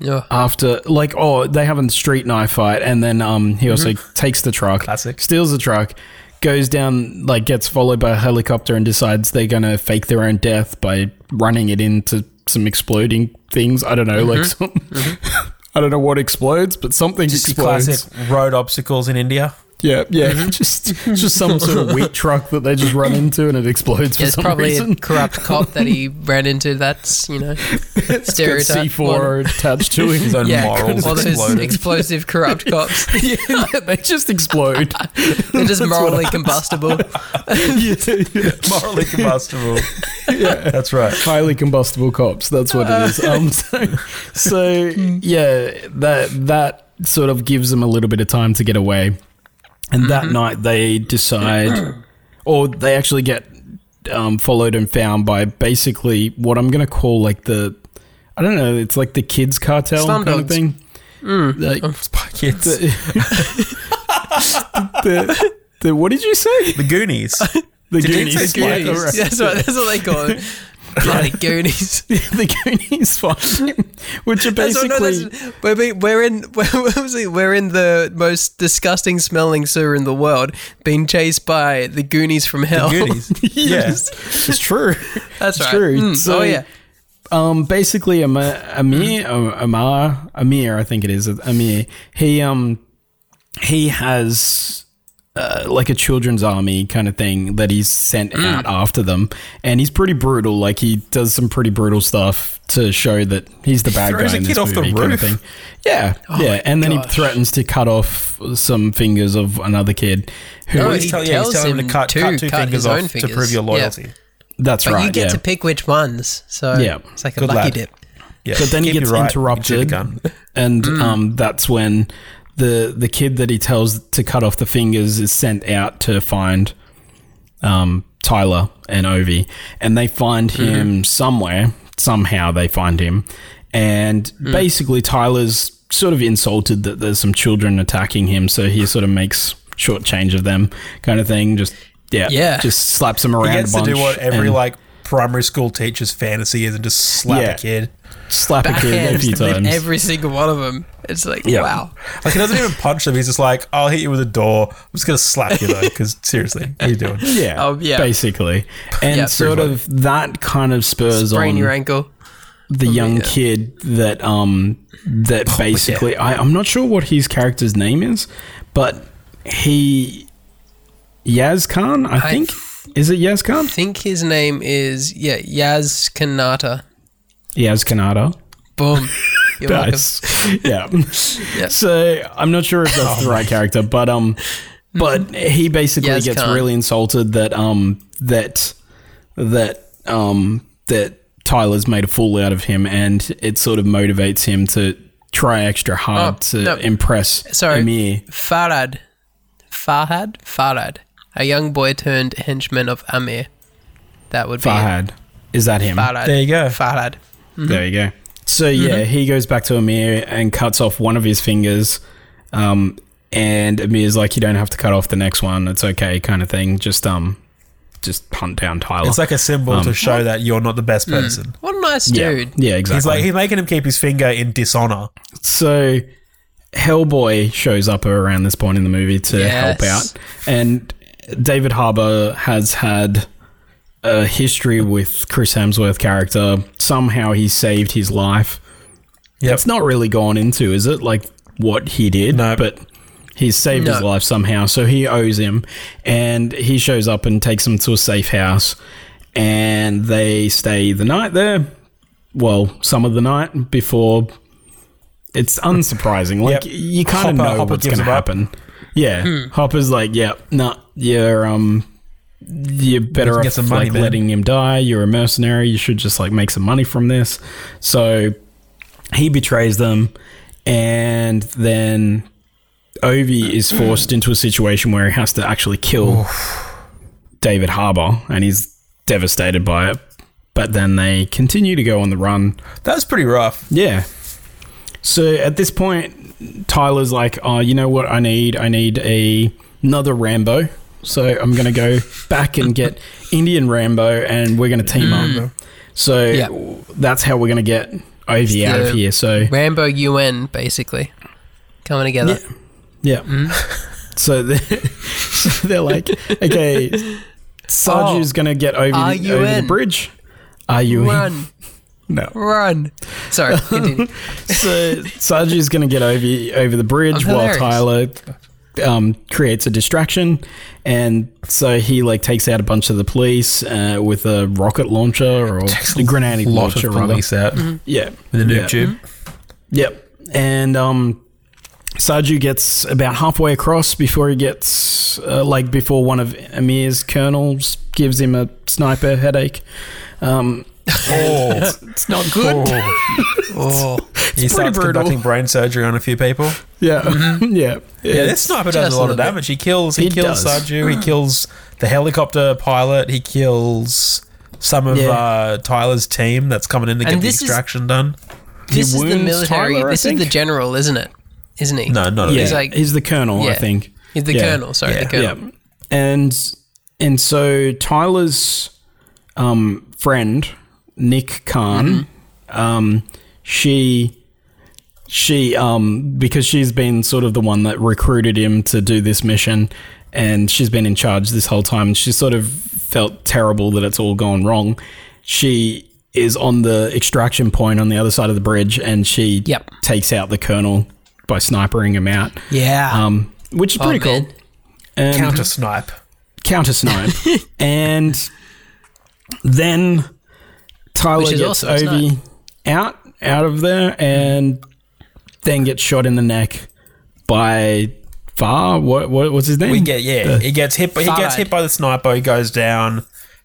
Yeah. After like oh they have a street knife fight and then um he also takes the truck Classic. steals the truck goes down like gets followed by a helicopter and decides they're gonna fake their own death by running it into some exploding things I don't know like some I don't know what explodes but something Just your explodes classic road obstacles in India. yeah, yeah. Just just some sort of wheat truck that they just run into and it explodes for It's some probably reason. a corrupt cop that he ran into. That's, you know, Got stereotype. C4 attached to His him. own yeah, morals all those exploded. explosive corrupt cops. yeah, they just explode. They're just morally combustible. Morally combustible. That's right. Highly combustible cops. That's what it is. Um, so, so Mm. yeah, that that sort of gives them a little bit of time to get away. And that night they decide, or they actually get um, followed and found by basically what I'm going to call like the, I don't know, it's like the kids cartel Slum kind of dogs. thing. Like, Spy Kids. the, the, the, what did you say? The Goonies. The Did you say Spy- Goonies? alright. That's what, that's what they call it. Bloody Goonies. the Goonies Spy- which are That's basically. what- no, that's- we're, being- we're in we're, obviously we're in the most disgusting smelling sewer in the world, being chased by the Goonies from hell. Goonies. Yes. It's true. That's It's right. true. Mm, So- oh yeah, Um, basically, Ama- Amir, uh, Amar, Amir, I think it is Amir. He um, he has uh, like a children's army kind of thing that he's sent Hmm. out after them, and he's pretty brutal. Like he does some pretty brutal stuff to show that he's the bad Throws guy a in this kid off the movie kind of roof. Oh thing. Yeah, yeah, and then he threatens to cut off some fingers of another kid. Who Oh, He's he tell- yeah, he's tells telling him him to cut, to cut two cut fingers his off own to fingers. prove your Yeah. loyalty. that's but right. you get yeah. to pick which ones. So Yeah. it's like a Good lucky lad. dip. Yeah. But then he Keep gets you right. You shoot interrupted, the gun. Mm. and um, that's when the the kid that he tells to cut off the fingers is sent out to find um, Tyler and Ovi, and they find Mm-hmm. him somewhere. Somehow they find him, and Mm. basically Tyler's sort of insulted that there's some children attacking him, so he sort of makes short change of them, kind of thing. Just yeah, Yeah. just slaps him around. He gets to a bunch do what every and like primary school teacher's fantasy is and just slap Yeah. a kid. slap a kid a Backhand few with times. every single one of them. It's like Yeah. wow. Like he doesn't even punch them. He's just like, I'll hit you with a door. I'm just gonna slap you though, because seriously, what are you doing? Yeah. Oh, yeah. Basically. And Yeah. sort of that kind of spurs Sprain on. your ankle. the young kid that um that basically I, I'm not sure what his character's name is, but he Yaz Khan, I, I- think. Is it Yaz Khan? think his name is yeah Yaz Kanata. Yaz Kanata. Boom. You're welcome. Nice. yeah. So I'm not sure if that's the right character, but um, but he basically Yaz gets Khan. really insulted that um that that um that Tyler's made a fool out of him, and it sort of motivates him to try extra hard Oh, to no. impress Sorry. Amir. Farad. Farhad? Farad. A young boy turned henchman of Amir. That would Farhad. Is that him? be it. Farad. There you go. Farad. There you go. So yeah, Mm-hmm. he goes back to Amir and cuts off one of his fingers. Um, and Amir's like, "You don't have to cut off the next one. It's okay," kind of thing. Just um, just hunt down Tyler. It's like a symbol to show that you're not the Hmm. best person. What a nice yeah, dude. yeah, exactly. He's like he's making him keep his finger in dishonor. so Hellboy shows up around this point in the movie to help Yes. out, and David Harbour has had a history with Chris Hemsworth character. Somehow he saved his life. Yep. It's not really gone into, is it? Like what he did, No. but he's saved his No. life somehow, so he owes him. And he shows up and takes him to a safe house, and they stay the night there. Well, some of the night before. It's unsurprising. Like Yep. you kind of Hopper- know Hopper what's gives going to him up. happen. Yeah, Hopper's like, yeah, nah, you're um, you're better can off get some money, like man." letting him die. You're a mercenary. You should just like make some money from this. So he betrays them, and then Ovi is forced into a situation where he has to actually kill David Harbour, and he's devastated by it. But then they continue to go on the run. That's pretty rough. Yeah. So at this point, Tyler's like, "Oh, you know what? I need, I need a, another Rambo. So I'm gonna go back and get Indian Rambo, and we're gonna team up. So Mm. Yeah. that's how we're gonna get Ovi out of the- here. So Rambo UN, basically. Coming together. yeah. Mm. So, they're, so they're like, okay, Saju's gonna get Ovi Oh. Are you over the in? bridge. Are you in? Run. No. Run. Sorry. continue. So Saji's going to get over over the bridge I'm while hilarious. Tyler um, creates a distraction, and so he like takes out a bunch of the police uh, with a rocket launcher or a grenade Lot launcher, of rather. police out Yeah, with a noob yeah. tube. Yep. And um, Saju gets about halfway across before he gets, uh, like, before one of Amir's colonels gives him a sniper headache. Um, Oh, it's not good. Oh. he starts brutal. conducting brain surgery on a few people. Yeah. yeah. Yeah, this sniper does just a a lot little of bit. damage. He kills. He, He kills does. Saju. He kills the helicopter pilot. He kills some of Yeah. uh, Tyler's team that's coming in to And get the this is- extraction done. This is the wounds military. Tyler, I this is the think. general, isn't it? Isn't he? No, not Yeah. yeah. He's, He's like- the colonel, I Yeah. think. He's the Yeah. colonel. Sorry, the colonel. Yeah. And and so Tyler's um, friend Nick Khan, Mm-hmm. um, she she um, because she's been sort of the one that recruited him to do this mission, and she's been in charge this whole time. And she sort of felt terrible that it's all gone wrong. She is on the extraction point on the other side of the bridge, and she Yep. takes out the colonel by snipering him out, Yeah. um, which is pretty cool. Oh, man. And- counter snipe. counter snipe, and then Tyler Which is gets awesome, it's Ovi out out of there, and then gets shot in the neck by Far. What what was his name? We get yeah. He gets hit. He gets Farad. hit by the sniper. He goes down,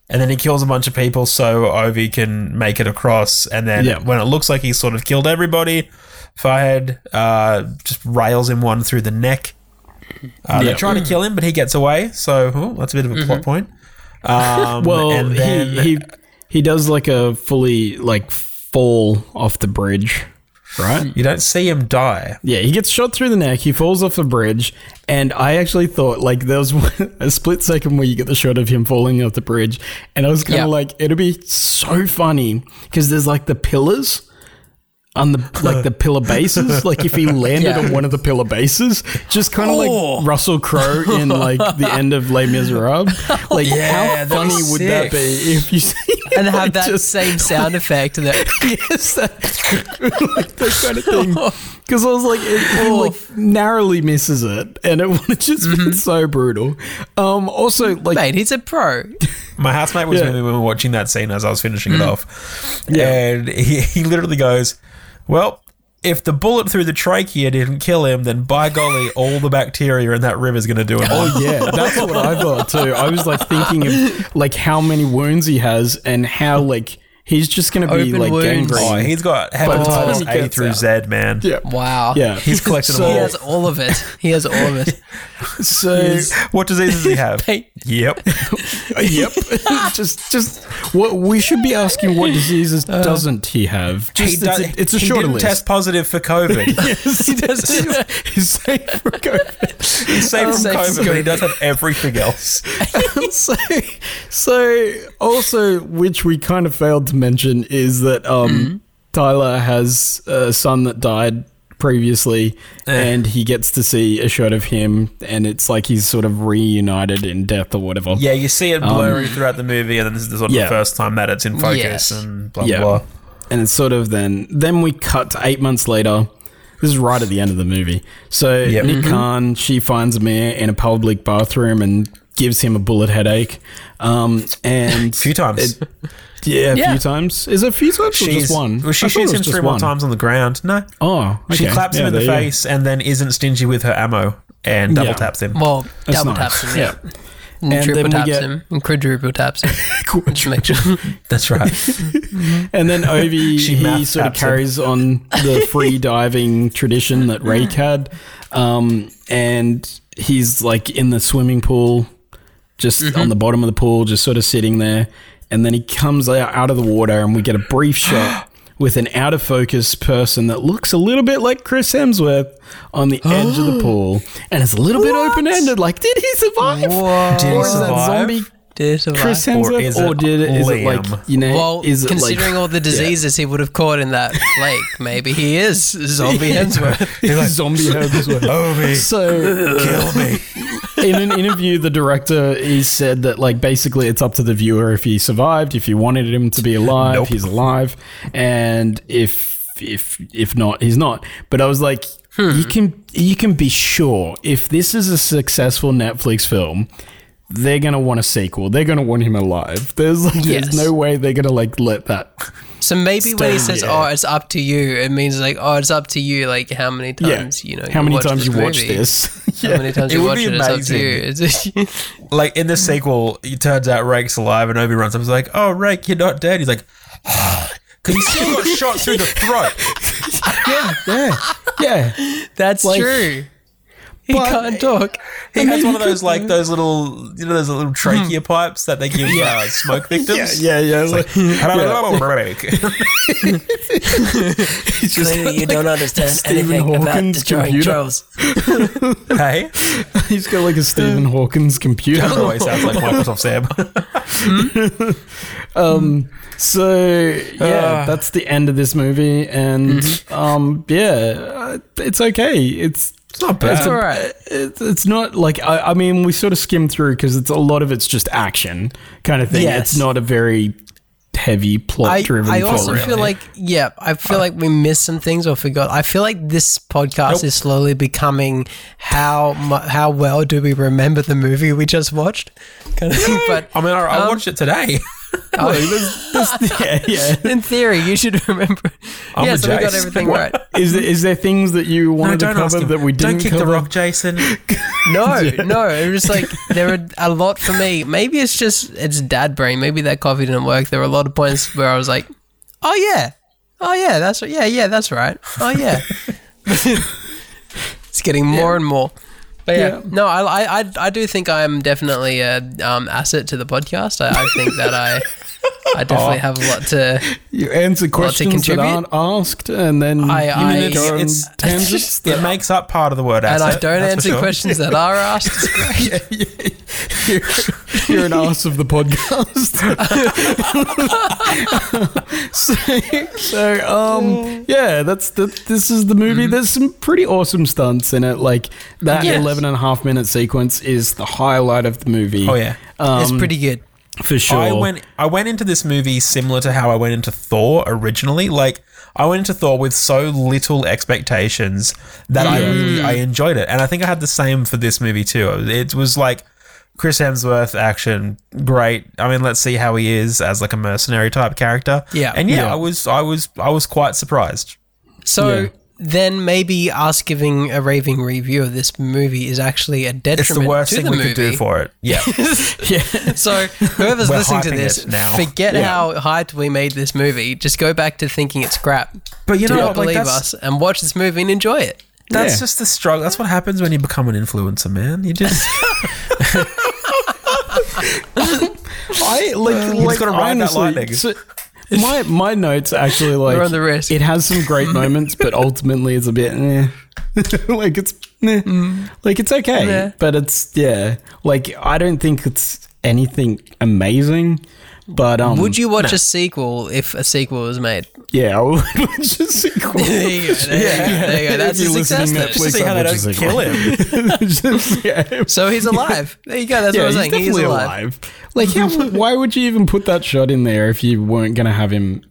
and then he kills a bunch of people so Ovi can make it across. And then Yeah. when it looks like he's sort of killed everybody, Farhead uh, just rails him one through the neck. Uh, They're Yeah. Mm-hmm. trying to kill him, but he gets away. So oh, that's a bit of a plot point. Um, well, and then- he, he he does like a fully like fall off the bridge, Hmm. right? you don't see him die. Yeah, he gets shot through the neck. He falls off a bridge, and I actually thought like there was one- a split second where you get the shot of him falling off the bridge, and I was kind Yeah. of like, it'd be so funny because there's like the pillars on the like the pillar bases. like if he landed Yeah. on one of the pillar bases, just kind of Oh. like Russell Crowe in like the end of Les Miserables. Like Yeah, how that'd funny be would that sick. be if you see and him, like, have that just- same sound effect that yes, that, like that kind of thing. Oh. Because I was like, it, he like narrowly misses it, and it would have just Mm-hmm. been so brutal. Um, also, like, mate, he's a pro. My housemate was with me when we were watching that scene as I was finishing Mm. it off. And he, he literally goes, Well, if the bullet through the trachea didn't kill him, then by golly, all the bacteria in that river's going to do it. Oh yeah, that's what I thought too. I was like thinking of like how many wounds he has and how like he's just gonna be Open like wounds. Oh, gangrene. he's got the time hepatitis he A gets through out. Z, man. yeah, Wow. yeah, he's collected them He all. has all of it. He has all of it. So What diseases does he have? Mate. yep. uh, yep, just just what we should be asking: what diseases doesn't he have? Just, Uh, He it's, does- a, it's a he shorter didn't list. test positive for COVID. Yes, he does. he's safe for COVID. He's safe from safe from COVID, but he does have everything else. so, so also, which we kind of failed to mention is that um, Mm-hmm. Tyler has a son that died previously, Eh. and he gets to see a shot of him, and it's like he's sort of reunited in death or whatever. Yeah, you see it blurry throughout the movie, and then this is the sort of Um, Yeah. the first time that it's in focus Yes. and blah Yeah. blah. and it's sort of then then we cut to eight months later. This is right at the end of the movie. So Yep. Mm-hmm. Nick Khan, she finds Amir in a public bathroom and gives him a bullet headache. Um, and A few times. It- yeah, a Yeah. few times. Is it a few times or She's- just one? Well, she I thought it was shoots him just three more one. times on the ground. No. Oh, She okay. claps Yeah, him in the there you go. face and then isn't stingy with her ammo and double Yeah. taps him. Well, That's double nice. taps him. Yeah. And, And then triple we taps get- him. And quadruple taps him. Just make sure. That's right. And then Ovi, She he mouth sort of taps him. carries on the free diving tradition that Rake had. Um, and he's like in the swimming pool, just Mm-hmm. on the bottom of the pool, just sort of sitting there. And then he comes out out of the water, and we get a brief shot with an out of focus person that looks a little bit like Chris Hemsworth on the edge of the pool. And it's a little bit open ended. Like, did he survive? Did Or he Oh, is that survive? zombie Did survive. Chris Or Hemsworth? Or, is it did it, is it Liam? like, you know, Well, is it considering like, all the diseases he would have caught in that lake, maybe he is zombie Hemsworth. zombie Hemsworth? Ovi, So, kill me. in an interview, the director he said that like basically it's up to the viewer if he survived, if you wanted him to be alive, Nope. he's alive, and if if if not, he's not. But I was like, you can you can be sure if this is a successful Netflix film. They're gonna want a sequel. They're gonna want him alive. There's like, Yes. there's no way they're gonna like let that. So maybe when he Stay says, in the "Oh, air. it's up to you," it means like, "Oh, it's up to you." Like how many times yeah, you know? how many times you watch watched this? How many times It you would watch be it? It's up to you. It's- Like in the sequel, it turns out Rake's alive and Obi runs up and is like, Oh Rake, you're not dead. He's like, Because he still got shot through the throat. yeah, yeah, yeah. That's Like- true. He But- can't talk. He has one of those like those little you know those little trachea pipes that they give uh, smoke victims. Hmm. Yeah, yeah. It's like, yeah. Clearly, you don't understand Stephen anything about Hawking's destroying computer. trolls. hey, He's got like a Stephen Hawkins that computer. always sounds like Microsoft Sam. So Ah. yeah, that's the end of this movie, and Mm-hmm. um, yeah, uh, it's okay. It's it's not bad. It's, All right. it's, not like I, I mean, we sort of skim through because it's a lot of it's just action kind of thing. Yes. It's not a very heavy I, plot driven. I also feel like yeah, I feel like we missed some things or forgot. I feel like this podcast Nope. is slowly becoming how mu- how well do we remember the movie we just watched? Kind of thing. But uh, I mean, I, Um, I watched it today. yeah, yeah. in theory, you should remember. I'm yeah, a so we got Jace. everything right. Is there, is there things that you No, wanted don't to ask cover him. that we didn't Don't kick cover? the rock, Jason. No, no. It was like there were a lot for me. Maybe it's just it's dad brain. Maybe that coffee didn't work. There were a lot of points where I was like, "Oh yeah, oh yeah, that's right. yeah, yeah, that's right. Oh yeah." it's getting more and more. But yeah, Yeah. no, I, I, I- I do think I am definitely a um, asset to the podcast. I, I think that I, I definitely have a lot to. You answer questions that contribute. aren't asked, and then I- you I- go on It's- tangents. it makes up part of the word And asset. I don't that's for answer sure. questions that are asked. It's great. you're, you're an ass of the podcast. so, so, um, yeah, that's the, this is the movie. Mm-hmm. There's some pretty awesome stunts in it. Like that Yes. 11 and a half minute sequence is the highlight of the movie. Oh, yeah. Um, it's pretty good. for sure. I went I went into this movie similar to how I went into Thor originally. Like I went into Thor with so little expectations that I really I enjoyed it, and I think I had the same for this movie too. It was like Chris Hemsworth action, great. I mean, let's see how he is as like a mercenary type character. Yeah. and yeah, Yeah. I was I was I was quite surprised. So Yeah. then maybe us giving a raving review of this movie is actually a detriment It's the worst to thing the we movie. could do for it. Yeah, So whoever's We're listening to hyping this, it now. forget how hyped we made this movie. Just go back to thinking it's crap. but you Do know, not what, Oh, like believe that's us and watch this movie and enjoy it. that's Yeah. just the struggle. That's what happens when you become an influencer, man. You just I like, just like gotta ride that honestly, lightning. so- my my notes actually like on the risk. It has some great moments, but ultimately it's a bit eh. like it's eh. Mm. like it's okay, Meh. but it's yeah. Like I don't think it's anything amazing, but um, Would you watch a sequel if a sequel was made? Yeah, I would watch a sequel. There you go. There, you, go, there you go. That's a If you're success. listening, then. Netflix, see I'd how they watch a don't sequel. kill him. Just, yeah. So he's alive. There you go. That's Yeah, what he's I'm saying. definitely He's alive. alive. Like, how, why would you even put that shot in there if you weren't going to have him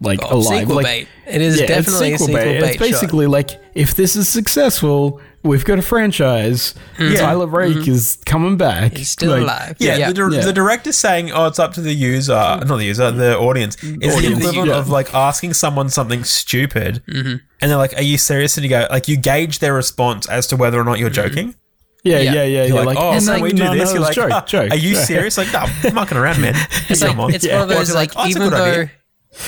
like alive? Sequel like, Oh, bait. It is Yeah, it's definitely a sequel bait. It's shot. basically like if this is successful, we've got a franchise. Tyler Rake is coming back. Mm-hmm. He's still Like, alive. Yeah, The, dir- Yeah. the director's saying, "Oh, it's up to the user, not the user, the audience." It's the Audience, equivalent yeah. of like asking someone something stupid, Mm-hmm. and they're like, "Are you serious?" And you go, like, you gauge their response as to whether or not you're Mm-hmm. joking. Yeah, Yeah. yeah, yeah. yeah. You're like, "Oh, and so like, we do no, this." no, you're like, it's joke, "Huh, joke, "Are you joke." serious?" Like, no, I'm mucking around, man. It's Come like on. it's one of Or those you're like, "Oh, it's a even good though idea."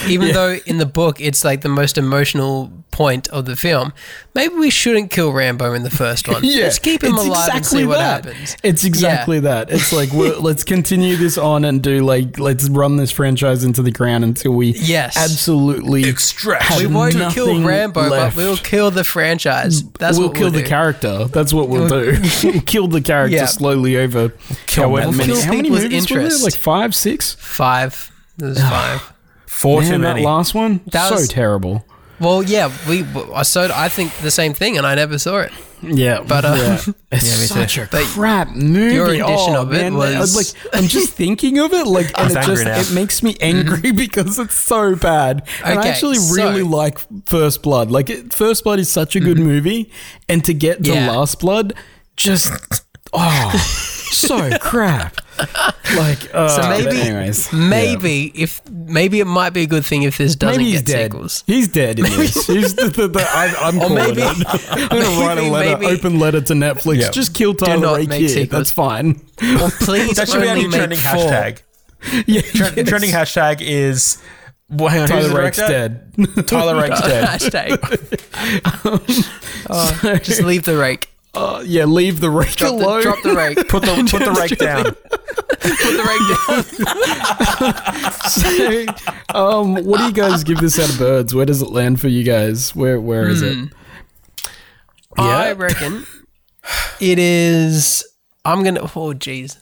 even though in the book it's like the most emotional point of the film, maybe we shouldn't kill Rambo in the first one. Yeah, Let's keep him it's alive and see exactly what that. happens. It's exactly that. It's like we're, let's continue this on and do like let's run this franchise into the ground until we Yes. absolutely Extraction. have We won't kill nothing Rambo, left. but we'll kill the franchise. That's we'll what kill we'll the do. character. That's what we'll do. we'll kill the character Yeah. slowly over. however Matt many- Smith. how many People's movies were there? interest. Like five, six. Five. There's five. Four too Man, that many. last one That so was- terrible. Well, yeah, we. I so I think the same thing, and I never saw it. Yeah, But, uh, it's such a But crap movie. your edition Oh, of it man, I- was- like I'm just thinking of it, like and was it angry just now. it makes me angry because it's so bad. and I Mm-hmm. Okay, actually so- really like First Blood. Like it, First Blood is such a good movie, and to get to Mm-hmm. Yeah. Last Blood, just oh, so crap. Like uh, So but maybe- anyways, Maybe if maybe it might be a good thing if this yeah. doesn't Maybe he's get dead. sequels. He's dead in this. He's the, the, the, I, I'm Or calling maybe- it. I'm gonna write a maybe- letter, maybe- open letter to Netflix. Yeah. Just kill not Tyler Rake make here. sequels. That's fine. Or please That should be our only new make trending four. hashtag. Yeah, Tre- Trending hashtag is. Well, hang on, who's the Tyler Rake's director? dead. Tyler Rake's dead. hashtag. Oh, just leave the rake. Uh, yeah, leave the Rake Drop the, alone. drop the rake. Put Put the put the rake down. the rake down. um, what do you guys give this out of birds? Where does it land for you guys? Where where is it? I reckon it is. I'm gonna. Oh, jeez.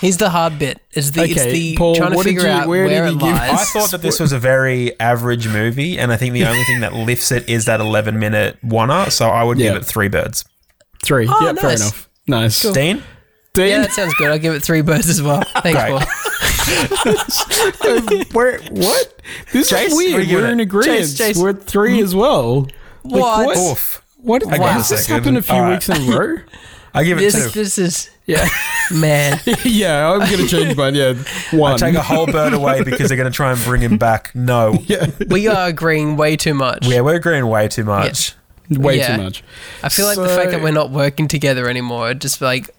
He's the hard bit. It's the. it's Okay, the Paul, trying to what did figure you- out where, where did it you give- lies. I thought that this was a very average movie, and I think the only thing that lifts it is that 11 minute one so I would Yeah. give it three birds. Three. Oh, yeah, fair nice. enough. Nice. Dean? Dean, yeah, that sounds good. I'll give it three birds as well. Thanks, Great. Paul. where what? This Chase, is what are weird. you We're in giving it? agreement. Chase, Chase. We're at three as well. Like, What? what? Oof. What? Why got has a this second. happened a few All right. weeks in a row? I give it two. This, this is Yeah. man. yeah, I'm gonna change mine. Yeah, one. Take a whole bird away because they're going to try and bring him back. No. Yeah, We are agreeing way too much. we're agreeing way too much. Way Yeah. too much. I feel like the So- fact that we're not working together anymore, just like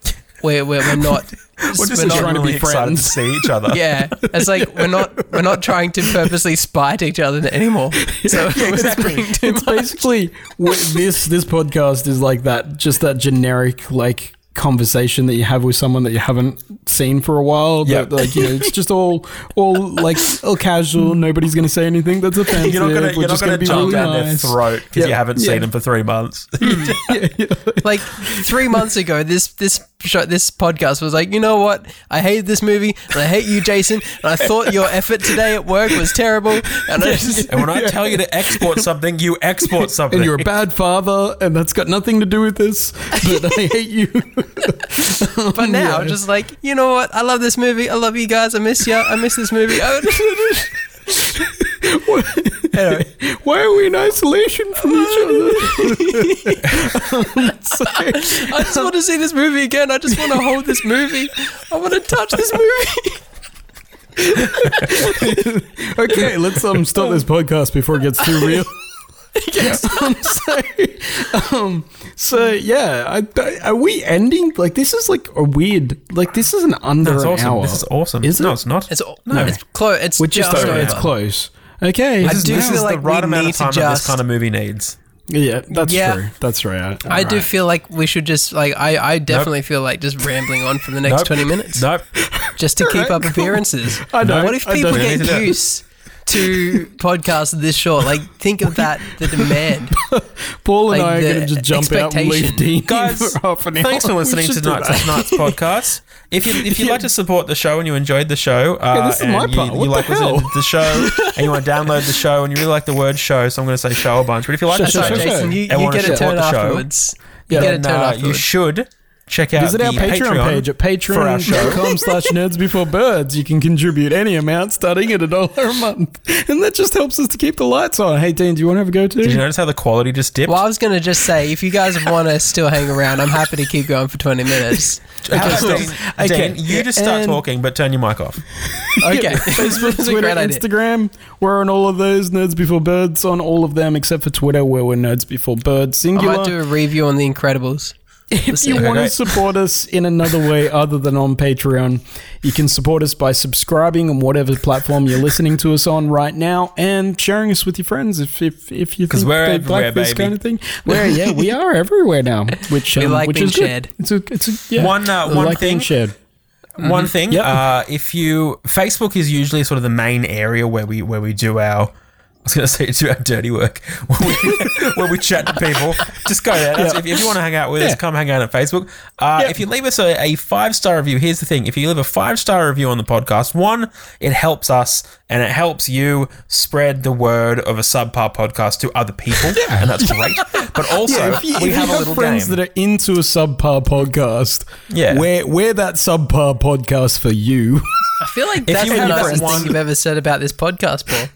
we're we're, we're not. We're just we're not- trying to be really excited to friends. see each other. Yeah, it's like we're not we're not trying to purposely spite each other anymore. So exactly. too it's basically wh- this this podcast is like that just that generic like conversation that you have with someone that you haven't seen for a while Yeah. that, like you know it's just all all like all casual nobody's gonna say anything that's offensive You're not going to we're you're not just going to be jump really down nice. their throat because Yeah. you haven't Yeah. seen them for three months. like three months ago, this this show, this podcast was like, you know what? I hated this movie, and I hate you, Jason, and I thought your effort today at work was terrible. And I just, And when I tell you to export something, you export something. and you're a bad father, and that's got nothing to do with this. But I hate you. but now, just like, you know what? I love this movie. I love you guys. I miss you. I miss this movie. anyway, Why are we in isolation from each other? So- I just want to see this movie again. I just want to hold this movie. I want to touch this movie. okay, let's um stop this podcast before it gets too real. um, so, um, so yeah, I, I, are we ending? Like this is like a weird. Like this is an under That's an awesome. hour. This is awesome. Is no, it? it's not. It's all, no, it's close. It's We're just, over. over. It's close. Okay. I do this feel is like the right we amount need of time to that just. this kind of movie needs. yeah, that's Yeah. true. That's right. I do feel like we should just like I, I definitely feel like just rambling on for the next Nope. twenty minutes Nope. just to keep up appearances. I don't- What if I people don't get need to do it. used to podcasts this short? Like think of that the demand. Paul and like I are the going to just jump out and leave expectation. Dean Guys, for half an hour. Thanks for We listening to should do tonight's, that. tonight's podcast. If you if you'd like to support the show and you enjoyed the show, uh, this is and my you, part. you What like the listening hell? to the show and you want to download the show and you really like the word show, so I'm going to say show a bunch. But if you like Sure, the That's sure, right, show, sure. Jason. You, you and want get to a support turn the show, afterwards. You get a then turn uh, you afterwards. should check out Visit the our Patreon, page at for our show. patreon.com slash nerds before birds. You can contribute any amount starting at a dollar a month. And that just helps us to keep the lights on. Hey, Dean, do you want to have a go Did you too? notice how the quality just dipped? Well, I was gonna just say, if you guys want to still hang around, I'm happy to keep going for 20 minutes. How Because- about Dean, Okay. Dean, you just start And- talking, but turn your mic off. okay, Facebook, That's a Twitter, great idea. Instagram. We're on all of those. Nerds Before Birds on all of them except for Twitter, where we're Nerds Before Birds I singular. might do a review on The Incredibles. If you Okay, want to great. support us in another way other than on Patreon, you can support us by subscribing on whatever platform you're listening to us on right now and sharing us with your friends if if, if you 'Cause think we're they like everywhere, this baby. kind of thing. Where yeah, we are everywhere now, which We um, like which being is good. shared. It's a, it's a, yeah. One, uh, We one like being thing- shared. One thing, Mm-hmm. Yep. uh, if you Facebook is usually sort of the main area where we where we do our. I was going to say do our dirty work where we, where we chat to people. Just go there. That's- If, if you want to hang out with us, Yeah. come hang out on Facebook. Uh, If you leave us a, a five star review, here's the thing: if you leave a five star review on the podcast, one, it helps us and it helps you spread the word of a subpar podcast to other people, and that's great. But also, we have a little game. friends that are into a subpar podcast. Yeah. we're, we're that subpar podcast for you. I feel like that's you the had that nicest one- thing you've ever said about this podcast, Paul.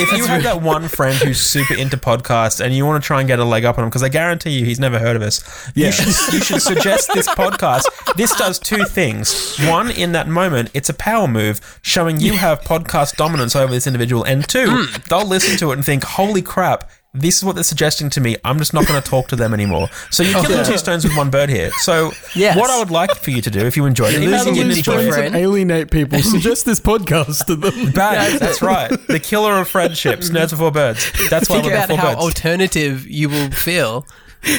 if you have that one friend who's super into podcasts and you want to try and get a leg up on him, because I guarantee you he's never heard of us, you, should, you should suggest this podcast. This does two things. One, in that moment, it's a power move showing you have podcast dominance over this individual. And two, Mm. they'll listen to it and think, holy crap. This is what they're suggesting to me. I'm just not going to talk to them anymore. So you're killing two stones with one bird here. So Yes. what I would like for you to do, if you enjoyed it, You're if losing you your didn't new enjoy friend. it, and alienate people. Suggest this podcast to them. bad. That's right. The killer of friendships, nerds before birds. That's why Think we're about before how birds. alternative you will feel.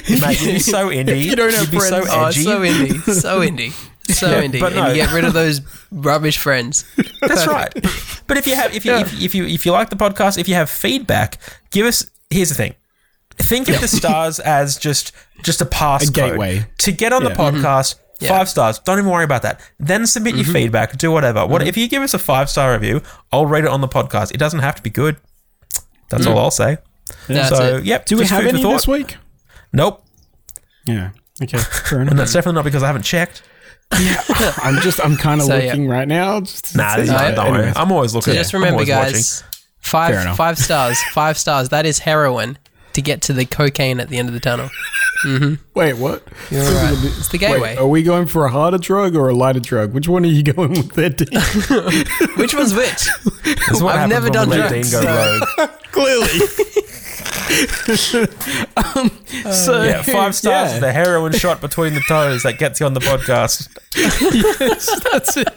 Mate, you'd be so indie. you don't have would be friends- so Oh, edgy. so indie, so indie, so indie, but and you no. get rid of those rubbish friends. That's right. But if you have, if you, if, if you, if you like the podcast, if you have feedback, give us. Here's the thing. Think of the stars as just just a pass gateway. to get on the Yeah. Mm-hmm. podcast. Yeah. Five stars. Don't even worry about that. Then submit your feedback. Do whatever. What if you give us a five star review? I'll rate it on the podcast. It doesn't have to be good. That's all I'll say. That's so it. yep. Mm. Do we just have food for any thought. this week? Nope. Yeah. Okay. Fair And enough. that's definitely not because I haven't checked. I'm just I'm kind of So, yeah. looking right now. Just Nah, it's- there's no- yeah, don't worry. anyways. I'm always looking. So just I'm remember, always watching. guys, Fair five enough. five stars, five stars. That is heroin to get to the cocaine at the end of the tunnel. Wait, what? It's the gateway. Wait, oh. are we going for a harder drug or a lighter drug? Which one are you going with there, Dean? Which one's which? This is what I've happens never when done we let drugs, Dean go rogue. Clearly. um, so Yeah, five stars yeah. is the heroin shot between the toes that gets you on the podcast. yes, that's it.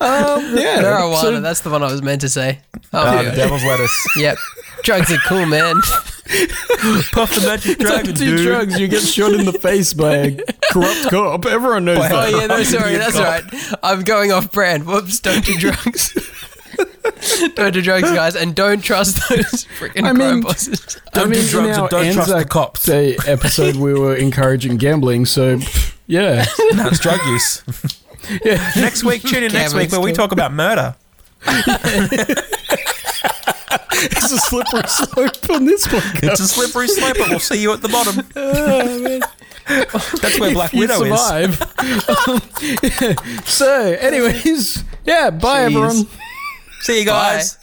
um, yeah. Marijuana. so- that's the one I was meant to say. Oh, Uh, yeah. the devil's lettuce. Yep. Drugs are cool, man. Puff the magic Don't dragon, do dude. drugs. You get shot in the face by a corrupt cop. Everyone knows Oh that. yeah, no, sorry, that's all right. I'm going off brand. Whoops, don't do drugs. Don't do drugs, guys, and don't trust those freaking I crime mean- bosses. Don't do drugs and don't trust the cops. Day episode, we were encouraging gambling. So, yeah, That's drug use. Next week, tune in next week where we talk about murder. it's a slippery slope on this one. It's a slippery slope, but we'll see you at the bottom. That's where Black You Widow is. survive. so, anyways, yeah. Bye, Jeez. everyone. See you guys.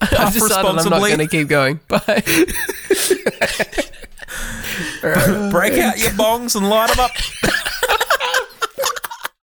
I've decided I'm not responsibly. going to keep going. Bye. Break out your bongs and light them up.